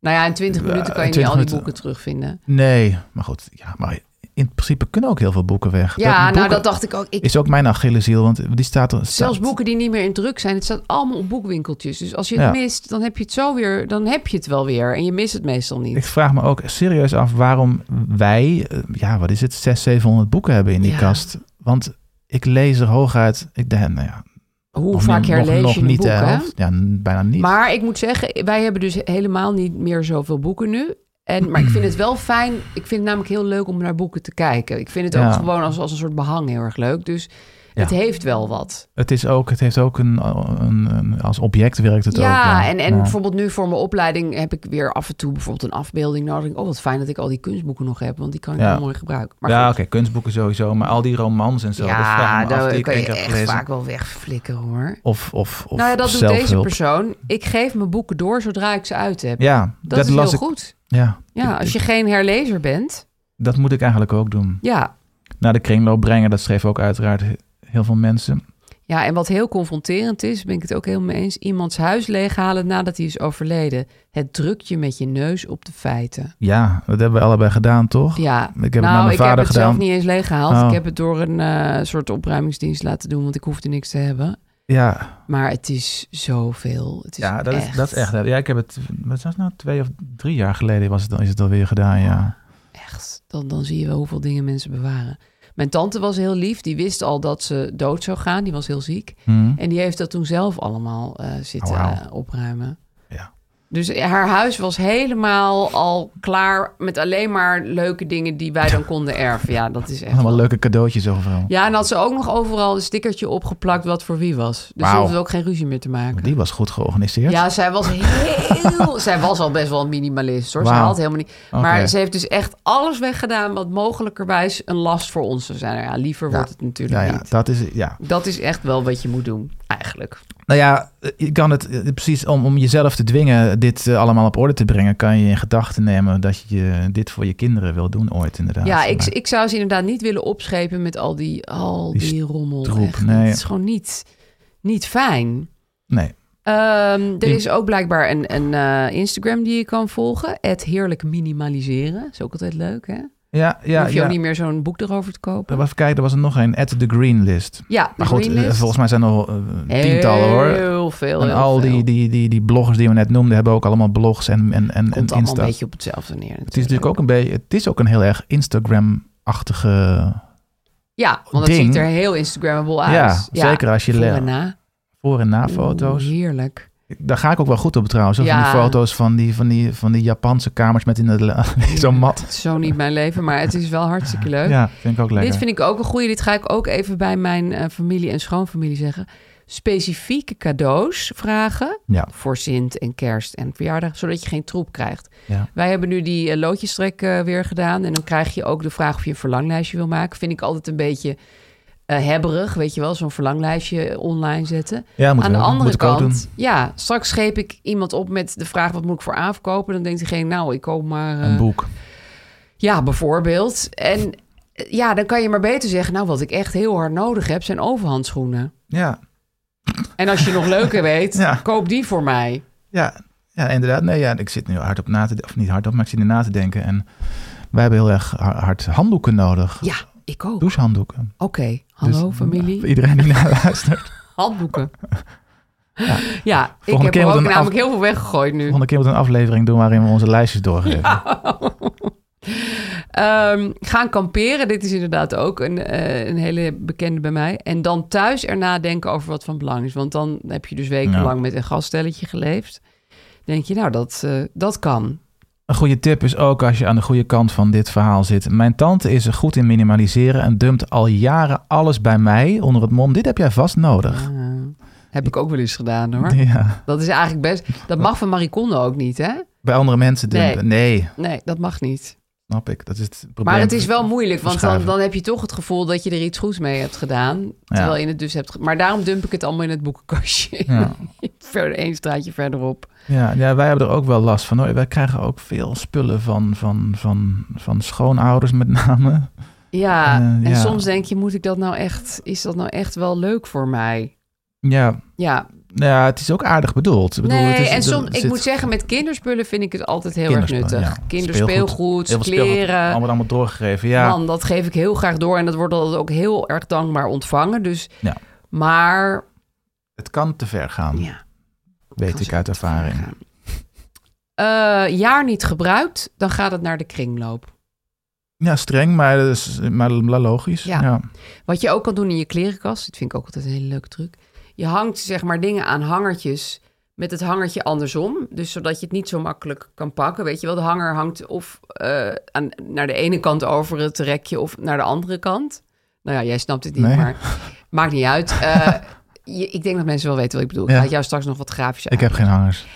Speaker 4: Nou ja, in 20
Speaker 3: Ja,
Speaker 4: minuten
Speaker 3: in
Speaker 4: kan je niet
Speaker 3: 20
Speaker 4: al die
Speaker 3: minuten.
Speaker 4: boeken terugvinden.
Speaker 3: nee. Maar goed, ja, maar in principe kunnen ook heel veel boeken weg.
Speaker 4: Ja, nou
Speaker 3: boeken
Speaker 4: dat dacht ik ook. Ik,
Speaker 3: Is ook mijn Achilleshiel, want die staat er...
Speaker 4: zelfs
Speaker 3: staat-
Speaker 4: boeken die niet meer in druk zijn, het staat allemaal op boekwinkeltjes. Dus als je het
Speaker 3: Ja.
Speaker 4: mist, dan heb je het zo weer, dan heb je het wel weer. En je mist het meestal niet.
Speaker 3: Ik vraag me ook serieus af waarom wij, eh, ja, wat is het, 600, 700 boeken hebben in die
Speaker 4: Ja.
Speaker 3: kast. Want ik lees er hooguit, ik denk, nou ja,
Speaker 4: Hoe
Speaker 3: nog
Speaker 4: vaak
Speaker 3: niet-
Speaker 4: herlees
Speaker 3: nog,
Speaker 4: je
Speaker 3: nog
Speaker 4: een
Speaker 3: niet
Speaker 4: boek,
Speaker 3: de
Speaker 4: hè?
Speaker 3: helft. Ja, n- bijna niet.
Speaker 4: Maar ik moet zeggen, wij hebben dus helemaal niet meer zoveel boeken nu. En, maar ik vind het wel fijn. Ik vind het namelijk heel leuk om naar boeken te kijken. Ik vind het
Speaker 3: Ja.
Speaker 4: ook gewoon als, als een soort behang heel erg leuk. Dus het
Speaker 3: Ja.
Speaker 4: heeft wel wat.
Speaker 3: het, is ook, het heeft ook een, een, een- als object werkt het ook.
Speaker 4: ja, en, en
Speaker 3: Ja.
Speaker 4: bijvoorbeeld nu voor mijn opleiding heb ik weer af en toe bijvoorbeeld een afbeelding nodig. Oh, wat fijn dat ik al die kunstboeken nog heb, want die kan ik
Speaker 3: Ja.
Speaker 4: wel mooi gebruiken. Maar
Speaker 3: ja, oké,
Speaker 4: goed.
Speaker 3: kunstboeken sowieso, maar al die romans en zo. dat vraag
Speaker 4: ja,
Speaker 3: ik me af,
Speaker 4: daar
Speaker 3: die ik
Speaker 4: kan
Speaker 3: één
Speaker 4: je
Speaker 3: keer heb
Speaker 4: echt
Speaker 3: gelezen.
Speaker 4: vaak wel wegflikkeren hoor.
Speaker 3: Of, of, of
Speaker 4: nou ja, dat doet
Speaker 3: zelfhulp.
Speaker 4: deze persoon. Ik geef mijn boeken door zodra ik ze uit heb.
Speaker 3: Ja,
Speaker 4: dat, is
Speaker 3: las
Speaker 4: heel
Speaker 3: ik,
Speaker 4: goed.
Speaker 3: Ja,
Speaker 4: Ja,
Speaker 3: Ik-
Speaker 4: als je geen herlezer bent.
Speaker 3: dat moet ik eigenlijk ook doen.
Speaker 4: Ja,
Speaker 3: Naar de kringloop brengen, dat schreef ook uiteraard he- heel veel mensen.
Speaker 4: Ja, en wat heel confronterend is, ben ik het ook helemaal mee eens. Iemands huis leeghalen nadat hij is overleden. Het drukt je met je neus op de feiten.
Speaker 3: Ja, dat hebben we allebei gedaan, toch?
Speaker 4: Ja,
Speaker 3: Ik heb het
Speaker 4: nou,
Speaker 3: naar mijn
Speaker 4: ik
Speaker 3: vader
Speaker 4: heb het
Speaker 3: gedaan.
Speaker 4: zelf niet eens leeggehaald.
Speaker 3: Oh.
Speaker 4: Ik heb het door een eh, soort opruimingsdienst laten doen, want ik hoefde niks te hebben.
Speaker 3: ja.
Speaker 4: Maar het is zoveel. Het is
Speaker 3: ja, dat
Speaker 4: echt,
Speaker 3: is, dat is echt. Ja, ik heb het, wat was het nou, twee of drie jaar geleden was het, dan is het alweer gedaan, ja.
Speaker 4: echt. Dan, dan zie je wel hoeveel dingen mensen bewaren. Mijn tante was heel lief. Die wist al dat ze dood zou gaan. Die was heel ziek.
Speaker 3: Hm.
Speaker 4: En die heeft dat toen zelf allemaal eh, zitten
Speaker 3: Oh, wauw.
Speaker 4: eh, opruimen.
Speaker 3: Ja.
Speaker 4: Dus haar huis was helemaal al klaar met alleen maar leuke dingen die wij dan konden erven. Ja, dat is echt.
Speaker 3: Allemaal leuke cadeautjes overal.
Speaker 4: Ja, en had ze ook nog overal een stickertje opgeplakt wat voor wie was. Dus ze
Speaker 3: Wauw.
Speaker 4: hoefde ook geen ruzie meer te maken.
Speaker 3: Die was goed georganiseerd.
Speaker 4: Ja, zij was heel. zij was al best wel een minimalist hoor. Ze
Speaker 3: Wauw.
Speaker 4: had helemaal niet. Maar
Speaker 3: Oké.
Speaker 4: ze heeft dus echt alles weggedaan wat mogelijkerwijs een last voor ons zou zijn. Nou Ja, liever wordt het natuurlijk
Speaker 3: ja, ja,
Speaker 4: niet.
Speaker 3: dat is, ja.
Speaker 4: Dat is echt wel wat je moet doen, eigenlijk. eigenlijk?
Speaker 3: Nou ja, je kan het eh, precies om, om jezelf te dwingen dit eh, allemaal op orde te brengen, kan je in gedachten nemen dat je dit voor je kinderen wil doen ooit inderdaad.
Speaker 4: Ja, ik,
Speaker 3: Maar-
Speaker 4: ik zou ze inderdaad niet willen opschepen met al die, al
Speaker 3: Die
Speaker 4: die, rommel.
Speaker 3: stroep,
Speaker 4: Echt,
Speaker 3: nee.
Speaker 4: Het is gewoon niet, niet fijn.
Speaker 3: Nee.
Speaker 4: Ehm, er
Speaker 3: Ik-
Speaker 4: is ook blijkbaar een, een eh, Instagram die je kan volgen. Het heerlijk minimaliseren. is ook altijd leuk, hè?
Speaker 3: Ja,
Speaker 4: Ja,
Speaker 3: ja,
Speaker 4: hoef je
Speaker 3: ja.
Speaker 4: ook niet meer zo'n boek erover te kopen.
Speaker 3: Even kijken, er was er nog een. At the Green List.
Speaker 4: Ja, de
Speaker 3: Maar goed, eh,
Speaker 4: greenlist.
Speaker 3: volgens mij zijn er nog tientallen hoor.
Speaker 4: Heel veel.
Speaker 3: En
Speaker 4: heel
Speaker 3: al
Speaker 4: veel.
Speaker 3: die, die, die, die bloggers die we net noemden, hebben ook allemaal blogs en, en, en, en
Speaker 4: komt allemaal
Speaker 3: Insta.
Speaker 4: een beetje op hetzelfde neer.
Speaker 3: Het is natuurlijk ook een beetje, het is ook een heel erg Instagram-achtige.
Speaker 4: Ja, want
Speaker 3: ding.
Speaker 4: het ziet er heel Instagrammable uit.
Speaker 3: Ja, zeker als je
Speaker 4: voor
Speaker 3: le-
Speaker 4: en na.
Speaker 3: voor- en na-foto's.
Speaker 4: Oeh, heerlijk.
Speaker 3: Daar ga ik ook wel goed op trouwens. hoor. Van
Speaker 4: Ja.
Speaker 3: die foto's van die, van, die, van die Japanse kamers met in de zo'n mat.
Speaker 4: Het is zo niet mijn leven, maar het is wel hartstikke leuk.
Speaker 3: Ja, vind ik ook lekker.
Speaker 4: Dit vind ik ook een goeie. Dit ga ik ook even bij mijn eh, familie en schoonfamilie zeggen. Specifieke cadeaus vragen
Speaker 3: Ja,
Speaker 4: voor Sint en Kerst en verjaardag, zodat je geen troep krijgt.
Speaker 3: ja.
Speaker 4: Wij hebben nu die eh, loodjestrek eh, weer gedaan en dan krijg je ook de vraag of je een verlanglijstje wil maken. Vind ik altijd een beetje eh hebberig, weet je wel, zo'n verlanglijstje online zetten.
Speaker 3: ja moet
Speaker 4: Aan de
Speaker 3: ook,
Speaker 4: andere
Speaker 3: moet ik ook doen.
Speaker 4: kant, ja, straks scheep ik iemand op met de vraag wat moet ik voor aankopen. Dan denkt diegene, nou, ik koop maar eh,
Speaker 3: Een boek.
Speaker 4: ja, bijvoorbeeld. En eh, ja, dan kan je maar beter zeggen... nou, wat ik echt heel hard nodig heb, zijn overhandschoenen.
Speaker 3: Ja,
Speaker 4: En als je nog leuker weet,
Speaker 3: Ja.
Speaker 4: koop die voor mij.
Speaker 3: ja, ja, inderdaad. Nee, ja, ik zit nu hardop na te denken. Of niet hardop, maar ik zit nu na te denken. En wij hebben heel erg ha- hard handdoeken nodig.
Speaker 4: Ja, ik ook. Oké,
Speaker 3: Douchehanddoeken.
Speaker 4: hallo
Speaker 3: Dus, Voor
Speaker 4: familie.
Speaker 3: iedereen die naar luistert.
Speaker 4: Handboeken.
Speaker 3: Ja.
Speaker 4: Ja, ik
Speaker 3: Volgende
Speaker 4: heb
Speaker 3: keer
Speaker 4: er
Speaker 3: wordt
Speaker 4: ook
Speaker 3: een
Speaker 4: namelijk
Speaker 3: af-
Speaker 4: heel veel weggegooid nu.
Speaker 3: Volgende keer moet een aflevering doen waarin we onze lijstjes doorgeven.
Speaker 4: Ehm, gaan kamperen, dit is inderdaad ook een, eh, een hele bekende bij mij. En dan thuis erna denken over wat van belang is. Want dan heb je dus wekenlang
Speaker 3: Ja.
Speaker 4: met een gaststelletje geleefd. Denk je, nou, dat, eh, dat kan.
Speaker 3: Een goede tip is ook als je aan de goede kant van dit verhaal zit. Mijn tante is er goed in minimaliseren en dumpt al jaren alles bij mij onder het mom. Dit heb jij vast nodig.
Speaker 4: Eh, heb ik ook wel eens gedaan hoor.
Speaker 3: Ja.
Speaker 4: Dat is eigenlijk best. Dat mag van Marie Kondo ook niet, hè?
Speaker 3: Bij andere mensen dumpen. Nee.
Speaker 4: Nee, dat mag niet.
Speaker 3: snap ik. Dat is het probleem.
Speaker 4: Maar het is wel moeilijk, want dan,
Speaker 3: verschuiven.
Speaker 4: dan heb je toch het gevoel dat je er iets goeds mee hebt gedaan. Terwijl
Speaker 3: Ja.
Speaker 4: je het dus hebt. ge- Maar daarom dump ik het allemaal in het boekenkastje.
Speaker 3: Ja.
Speaker 4: Verder één straatje verderop.
Speaker 3: Ja, ja, wij hebben er ook wel last van. Hoor. Wij krijgen ook veel spullen van, van, van, van schoonouders met name.
Speaker 4: Ja,
Speaker 3: Eh,
Speaker 4: en
Speaker 3: ja.
Speaker 4: soms denk je, moet ik dat nou echt, is dat nou echt wel leuk voor mij?
Speaker 3: Ja,
Speaker 4: Ja,
Speaker 3: nou ja het is ook aardig bedoeld. Ik bedoel,
Speaker 4: nee,
Speaker 3: het is,
Speaker 4: en
Speaker 3: er
Speaker 4: soms, ik
Speaker 3: zit
Speaker 4: moet zeggen, met kinderspullen vind ik het altijd heel erg
Speaker 3: kinderspullen,
Speaker 4: nuttig.
Speaker 3: ja.
Speaker 4: Kinderspeelgoed,
Speaker 3: heel veel speelgoed,
Speaker 4: kleren.
Speaker 3: Allemaal, allemaal doorgegeven, ja.
Speaker 4: Man, dat geef ik heel graag door en dat wordt altijd ook heel erg dankbaar ontvangen. Dus,
Speaker 3: Ja.
Speaker 4: maar,
Speaker 3: Het kan te ver gaan,
Speaker 4: ja.
Speaker 3: weet
Speaker 4: kan
Speaker 3: ik
Speaker 4: zo
Speaker 3: uit ervaring.
Speaker 4: Eh, jaar niet gebruikt, dan gaat het naar de kringloop.
Speaker 3: Ja, streng, maar, dat is, maar logisch.
Speaker 4: Ja.
Speaker 3: Ja.
Speaker 4: Wat je ook kan doen in je klerenkast, dat vind ik ook altijd een hele leuke truc. Je hangt zeg maar dingen aan hangertjes met het hangertje andersom. Dus zodat je het niet zo makkelijk kan pakken. Weet je wel, de hanger hangt of eh, aan, naar de ene kant over het rekje of naar de andere kant. Nou ja, jij snapt het niet,
Speaker 3: Nee.
Speaker 4: maar maakt niet uit. Eh, je- ik denk dat mensen wel weten wat ik bedoel. Ik
Speaker 3: Ja.
Speaker 4: laat jou straks nog wat grafisch
Speaker 3: Ik heb geen hangers.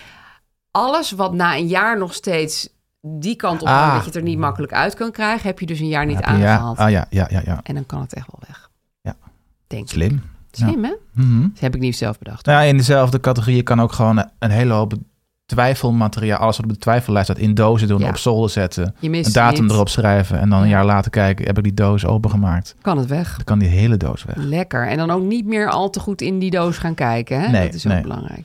Speaker 4: alles wat na een jaar nog steeds die kant op gaat,
Speaker 3: Ah.
Speaker 4: dat je het er niet makkelijk uit kan krijgen, heb je dus een jaar niet
Speaker 3: Ja, ja,
Speaker 4: aangehaald.
Speaker 3: ah, ja, ja, ja, ja.
Speaker 4: En dan kan het echt wel weg.
Speaker 3: Ja.
Speaker 4: Denk ik.
Speaker 3: Slim.
Speaker 4: Slim, hè?
Speaker 3: Mhm.
Speaker 4: Dat heb ik niet zelf bedacht.
Speaker 3: Nou, ja, in dezelfde categorie je kan ook gewoon een hele hoop twijfelmateriaal, alles wat op de twijfellijst staat, in dozen doen,
Speaker 4: Ja.
Speaker 3: op zolder zetten,
Speaker 4: Je mist
Speaker 3: een datum
Speaker 4: niet.
Speaker 3: erop schrijven en dan een
Speaker 4: Ja.
Speaker 3: jaar later kijken, heb ik die doos opengemaakt?
Speaker 4: Kan het weg.
Speaker 3: Dan kan die hele doos weg.
Speaker 4: Lekker. En dan ook niet meer al te goed in die doos gaan kijken, hè?
Speaker 3: Nee,
Speaker 4: dat is ook
Speaker 3: nee.
Speaker 4: belangrijk.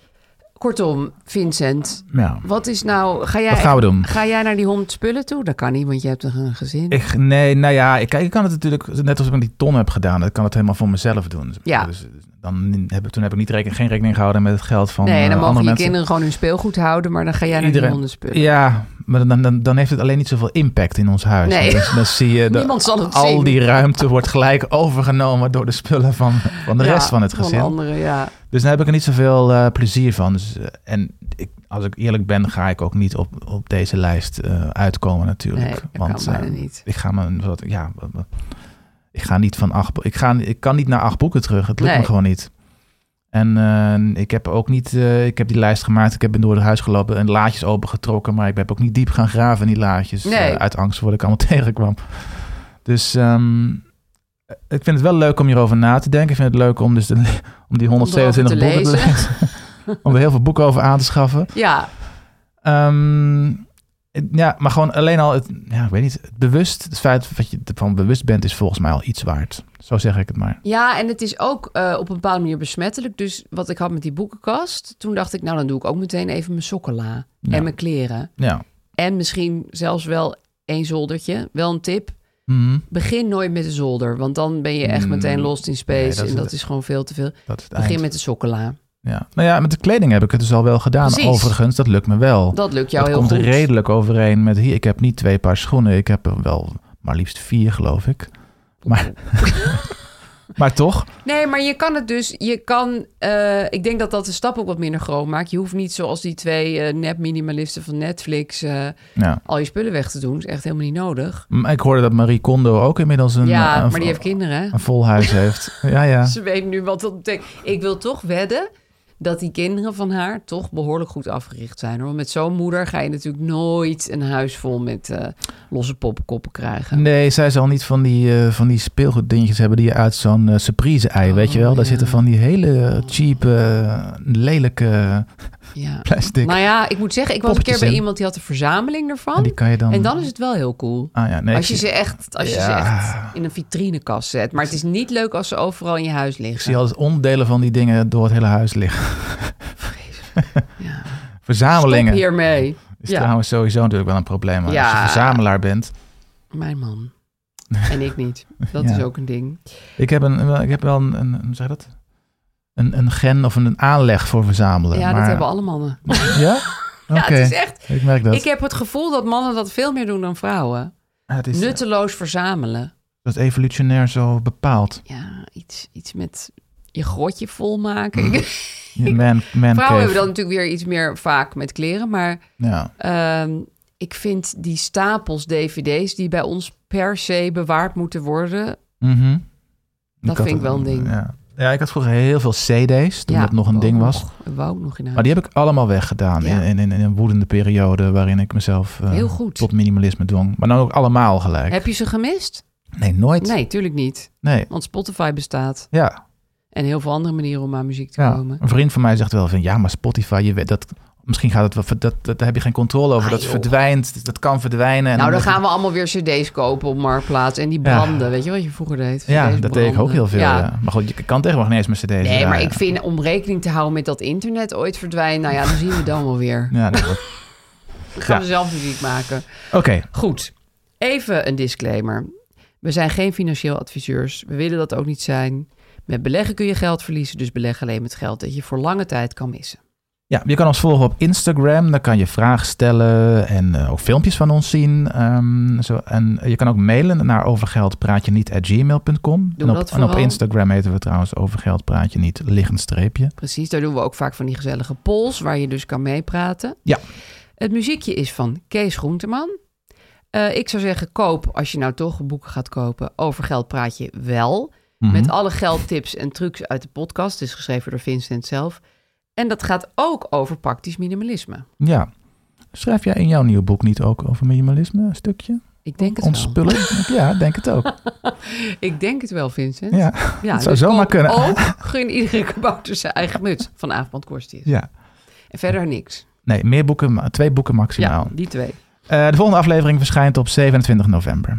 Speaker 4: Kortom, Vincent,
Speaker 3: Ja.
Speaker 4: wat is nou... Ga jij,
Speaker 3: Wat gaan we doen?
Speaker 4: Ga jij naar die honderd spullen toe? Dat kan niet, want je hebt toch een gezin?
Speaker 3: Ik, nee, nou ja, ik, kijk, ik kan het natuurlijk, net als ik met die ton heb gedaan, ik kan het helemaal voor mezelf doen.
Speaker 4: Ja.
Speaker 3: Dus dan heb ik, toen heb ik niet rekening, geen rekening gehouden met het geld van
Speaker 4: nee,
Speaker 3: eh,
Speaker 4: dan mogen
Speaker 3: andere
Speaker 4: je
Speaker 3: mensen.
Speaker 4: kinderen gewoon hun speelgoed houden, maar dan ga jij naar
Speaker 3: Iedereen-
Speaker 4: die honderd spullen.
Speaker 3: Ja, maar dan, dan, dan heeft het alleen niet zoveel impact in ons huis.
Speaker 4: Nee.
Speaker 3: Dus dan zie je dat
Speaker 4: Niemand zal het
Speaker 3: al
Speaker 4: zien.
Speaker 3: die ruimte wordt gelijk overgenomen door de spullen van, van de
Speaker 4: Ja,
Speaker 3: rest van het gezin.
Speaker 4: Van anderen, ja.
Speaker 3: Dus daar heb ik er niet zoveel eh, plezier van. Dus, eh, en ik, als ik eerlijk ben, ga ik ook niet op, op deze lijst eh, uitkomen natuurlijk.
Speaker 4: Nee, dat
Speaker 3: Want
Speaker 4: kan bijna
Speaker 3: eh,
Speaker 4: niet.
Speaker 3: ik ga mijn, wat, ja, wat- wat- ik ga niet van acht, bo- ik ga, ik kan niet naar acht boeken terug. Het lukt
Speaker 4: Nee.
Speaker 3: me gewoon niet. En eh, ik heb ook niet, eh, ik heb die lijst gemaakt. Ik heb ben door het huis gelopen en laadjes opengetrokken, maar ik ben ook niet diep gaan graven in die laadjes
Speaker 4: Nee.
Speaker 3: eh, uit angst voor wat ik allemaal tegenkwam. Dus ehm, eh, ik vind het wel leuk om hierover na te denken. Ik vind het leuk om, dus de, le- om die 127
Speaker 4: Om erover
Speaker 3: boeken
Speaker 4: te
Speaker 3: te lezen. om er heel veel boeken over aan te schaffen.
Speaker 4: Ja,
Speaker 3: Ehm, het- ja, maar gewoon alleen al het, ja, ik weet niet, het bewust, het feit dat je ervan bewust bent, is volgens mij al iets waard. Zo zeg ik het maar.
Speaker 4: Ja, en het is ook eh, op een bepaalde manier besmettelijk. Dus wat ik had met die boekenkast, toen dacht ik, nou dan doe ik ook meteen even mijn sokken la
Speaker 3: Ja.
Speaker 4: en mijn kleren.
Speaker 3: Ja.
Speaker 4: En misschien zelfs wel één zoldertje. Wel een tip,
Speaker 3: Mhm.
Speaker 4: begin nooit met de zolder, want dan ben je echt
Speaker 3: Mm.
Speaker 4: meteen lost in space
Speaker 3: Nee, dat is
Speaker 4: en dat
Speaker 3: het-
Speaker 4: is gewoon veel te veel.
Speaker 3: Dat is het
Speaker 4: Begin
Speaker 3: eind.
Speaker 4: met de sokken la.
Speaker 3: Ja. Nou ja, met de kleding heb ik het dus al wel gedaan.
Speaker 4: Precies.
Speaker 3: Overigens, dat lukt me wel.
Speaker 4: Dat lukt jou
Speaker 3: dat
Speaker 4: heel
Speaker 3: komt
Speaker 4: goed.
Speaker 3: redelijk overeen met hier. Ik heb niet twee paar schoenen. Ik heb er wel maar liefst vier, geloof ik. Maar, maar toch?
Speaker 4: Nee, maar je kan het dus. Je kan. eh, ik denk dat dat de stap ook wat minder groot maakt. Je hoeft niet zoals die twee eh, nep-minimalisten van Netflix eh,
Speaker 3: Ja.
Speaker 4: al je spullen weg te doen. is echt helemaal niet nodig.
Speaker 3: Maar Ik hoorde dat Marie Kondo ook inmiddels een,
Speaker 4: ja,
Speaker 3: eh, een,
Speaker 4: maar die heeft kinderen. hè?
Speaker 3: een vol huis heeft. Ja, ja.
Speaker 4: Ze weet nu wat dat betekent. Ik wil toch wedden dat die kinderen van haar toch behoorlijk goed afgericht zijn. Hoor. Want met zo'n moeder ga je natuurlijk nooit een huis vol met eh, losse poppenkoppen krijgen.
Speaker 3: Nee, zij zal niet van die, eh, van die speelgoeddingetjes hebben die je uit zo'n eh, surprise-ei, weet je wel? Daar
Speaker 4: Oh, ja.
Speaker 3: zitten van die hele cheap, eh, lelijke
Speaker 4: Ja.
Speaker 3: plastic.
Speaker 4: Nou ja, ik moet zeggen, ik was een keer
Speaker 3: Poppetjes
Speaker 4: bij
Speaker 3: in.
Speaker 4: iemand die had een verzameling ervan.
Speaker 3: en die kan je dan...
Speaker 4: En dan is het wel heel cool.
Speaker 3: Ah ja, nee.
Speaker 4: Als je
Speaker 3: ik zie-
Speaker 4: ze echt, als je ze
Speaker 3: Ja.
Speaker 4: echt in een vitrinekast zet. Maar het is niet leuk als ze overal in je huis
Speaker 3: Ik zie
Speaker 4: liggen.
Speaker 3: altijd onderdelen van die dingen door het hele huis liggen.
Speaker 4: Ja. Stop
Speaker 3: Verzamelingen
Speaker 4: hiermee.
Speaker 3: is
Speaker 4: ja.
Speaker 3: trouwens sowieso natuurlijk wel een probleem. maar Als je
Speaker 4: Ja.
Speaker 3: verzamelaar bent.
Speaker 4: Mijn man. En ik niet. Dat
Speaker 3: Ja.
Speaker 4: is ook een ding.
Speaker 3: Ik heb, een, wel- ik heb wel een, een, hoe zeg je dat? Een, een gen of een, een aanleg voor verzamelen.
Speaker 4: Ja,
Speaker 3: maar,
Speaker 4: dat hebben alle mannen.
Speaker 3: Ja? Oké,
Speaker 4: Ja, het is echt...
Speaker 3: ik merk dat.
Speaker 4: Ik heb het gevoel dat mannen dat veel meer doen dan vrouwen.
Speaker 3: Ja, het is,
Speaker 4: Nutteloos verzamelen.
Speaker 3: dat is evolutionair zo bepaald.
Speaker 4: Ja, iets, iets met je grotje volmaken.
Speaker 3: Mm. Man, man cave.
Speaker 4: vrouwen hebben dan natuurlijk weer iets meer vaak met kleren. Maar
Speaker 3: Ja.
Speaker 4: ehm, ik vind die stapels dvd's die bij ons per se bewaard moeten worden.
Speaker 3: Mhm.
Speaker 4: Dat
Speaker 3: had
Speaker 4: vind ik wel een ding.
Speaker 3: Ja. Ja, ik had vroeger heel veel cd's, toen
Speaker 4: ja,
Speaker 3: dat nog een ding
Speaker 4: wou
Speaker 3: was.
Speaker 4: nog- Wou nog in huis.
Speaker 3: Maar die heb ik allemaal weggedaan
Speaker 4: Ja.
Speaker 3: in, in, in een woedende periode waarin ik mezelf eh,
Speaker 4: Heel goed.
Speaker 3: tot minimalisme dwong. Maar dan ook allemaal gelijk.
Speaker 4: Heb je ze gemist?
Speaker 3: Nee, nooit.
Speaker 4: Nee, tuurlijk niet.
Speaker 3: Nee.
Speaker 4: Want Spotify bestaat.
Speaker 3: Ja,
Speaker 4: En heel veel andere manieren om aan muziek te
Speaker 3: ja.
Speaker 4: komen.
Speaker 3: Een vriend van mij zegt wel van ja, maar Spotify, je weet dat. Misschien gaat het wel, ver- dat, dat, daar heb je geen controle over.
Speaker 4: Ah,
Speaker 3: dat
Speaker 4: joh.
Speaker 3: verdwijnt, dat kan verdwijnen. En
Speaker 4: nou, dan
Speaker 3: dat-
Speaker 4: gaan we allemaal weer cd's kopen op Marktplaats. En die
Speaker 3: Ja.
Speaker 4: branden, weet je wat je vroeger deed?
Speaker 3: Ja,
Speaker 4: CD's
Speaker 3: dat deed ik ook
Speaker 4: branden.
Speaker 3: heel veel. Ja. Maar goed, je kan tegenwoordig niet eens meer cd's.
Speaker 4: Nee, maar
Speaker 3: draaien.
Speaker 4: ik vind om rekening te houden met dat internet ooit verdwijnt... Nou ja, dan zien we dan wel weer.
Speaker 3: Ja, dat wordt-
Speaker 4: Dan gaan we
Speaker 3: Ja.
Speaker 4: zelf muziek maken.
Speaker 3: Oké,
Speaker 4: Goed, even een disclaimer. We zijn geen financieel adviseurs. We willen dat ook niet zijn. Met beleggen kun je geld verliezen, dus beleg alleen met geld dat je voor lange tijd kan missen.
Speaker 3: Ja, je kan ons volgen op Instagram. Daar kan je vragen stellen en eh, ook filmpjes van ons zien. Ehm, zo, en je kan ook mailen naar overgeldpraatjeniet.gmail.com.
Speaker 4: Doe
Speaker 3: en op,
Speaker 4: dat
Speaker 3: en op
Speaker 4: vooral.
Speaker 3: Instagram heten we trouwens overgeldpraatje niet, liggend streepje.
Speaker 4: Precies, daar doen we ook vaak van die gezellige polls, waar je dus kan meepraten.
Speaker 3: Ja.
Speaker 4: Het muziekje is van Kees Groenteman. Eh, ik zou zeggen, koop, als je nou toch boeken gaat kopen, over geld praat je wel.
Speaker 3: Mhm.
Speaker 4: Met alle geldtips en trucs uit de podcast. Het is geschreven door Vincent zelf. En dat gaat ook over praktisch minimalisme.
Speaker 3: Ja. Schrijf jij in jouw nieuwe boek niet ook over minimalisme een stukje?
Speaker 4: Ik denk het
Speaker 3: Ons
Speaker 4: wel. Nou,
Speaker 3: spullen? ja, denk het ook.
Speaker 4: Ik denk het wel, Vincent.
Speaker 3: Ja,
Speaker 4: Ja, dus
Speaker 3: het zou zomaar
Speaker 4: koop
Speaker 3: kunnen.
Speaker 4: Ook gun iedere kabouter zijn eigen muts van Aafband Korstius.
Speaker 3: Ja.
Speaker 4: En verder niks.
Speaker 3: Nee, meer boeken, ma- twee boeken maximaal.
Speaker 4: Ja, die twee.
Speaker 3: Eh, de volgende aflevering verschijnt op 27 november.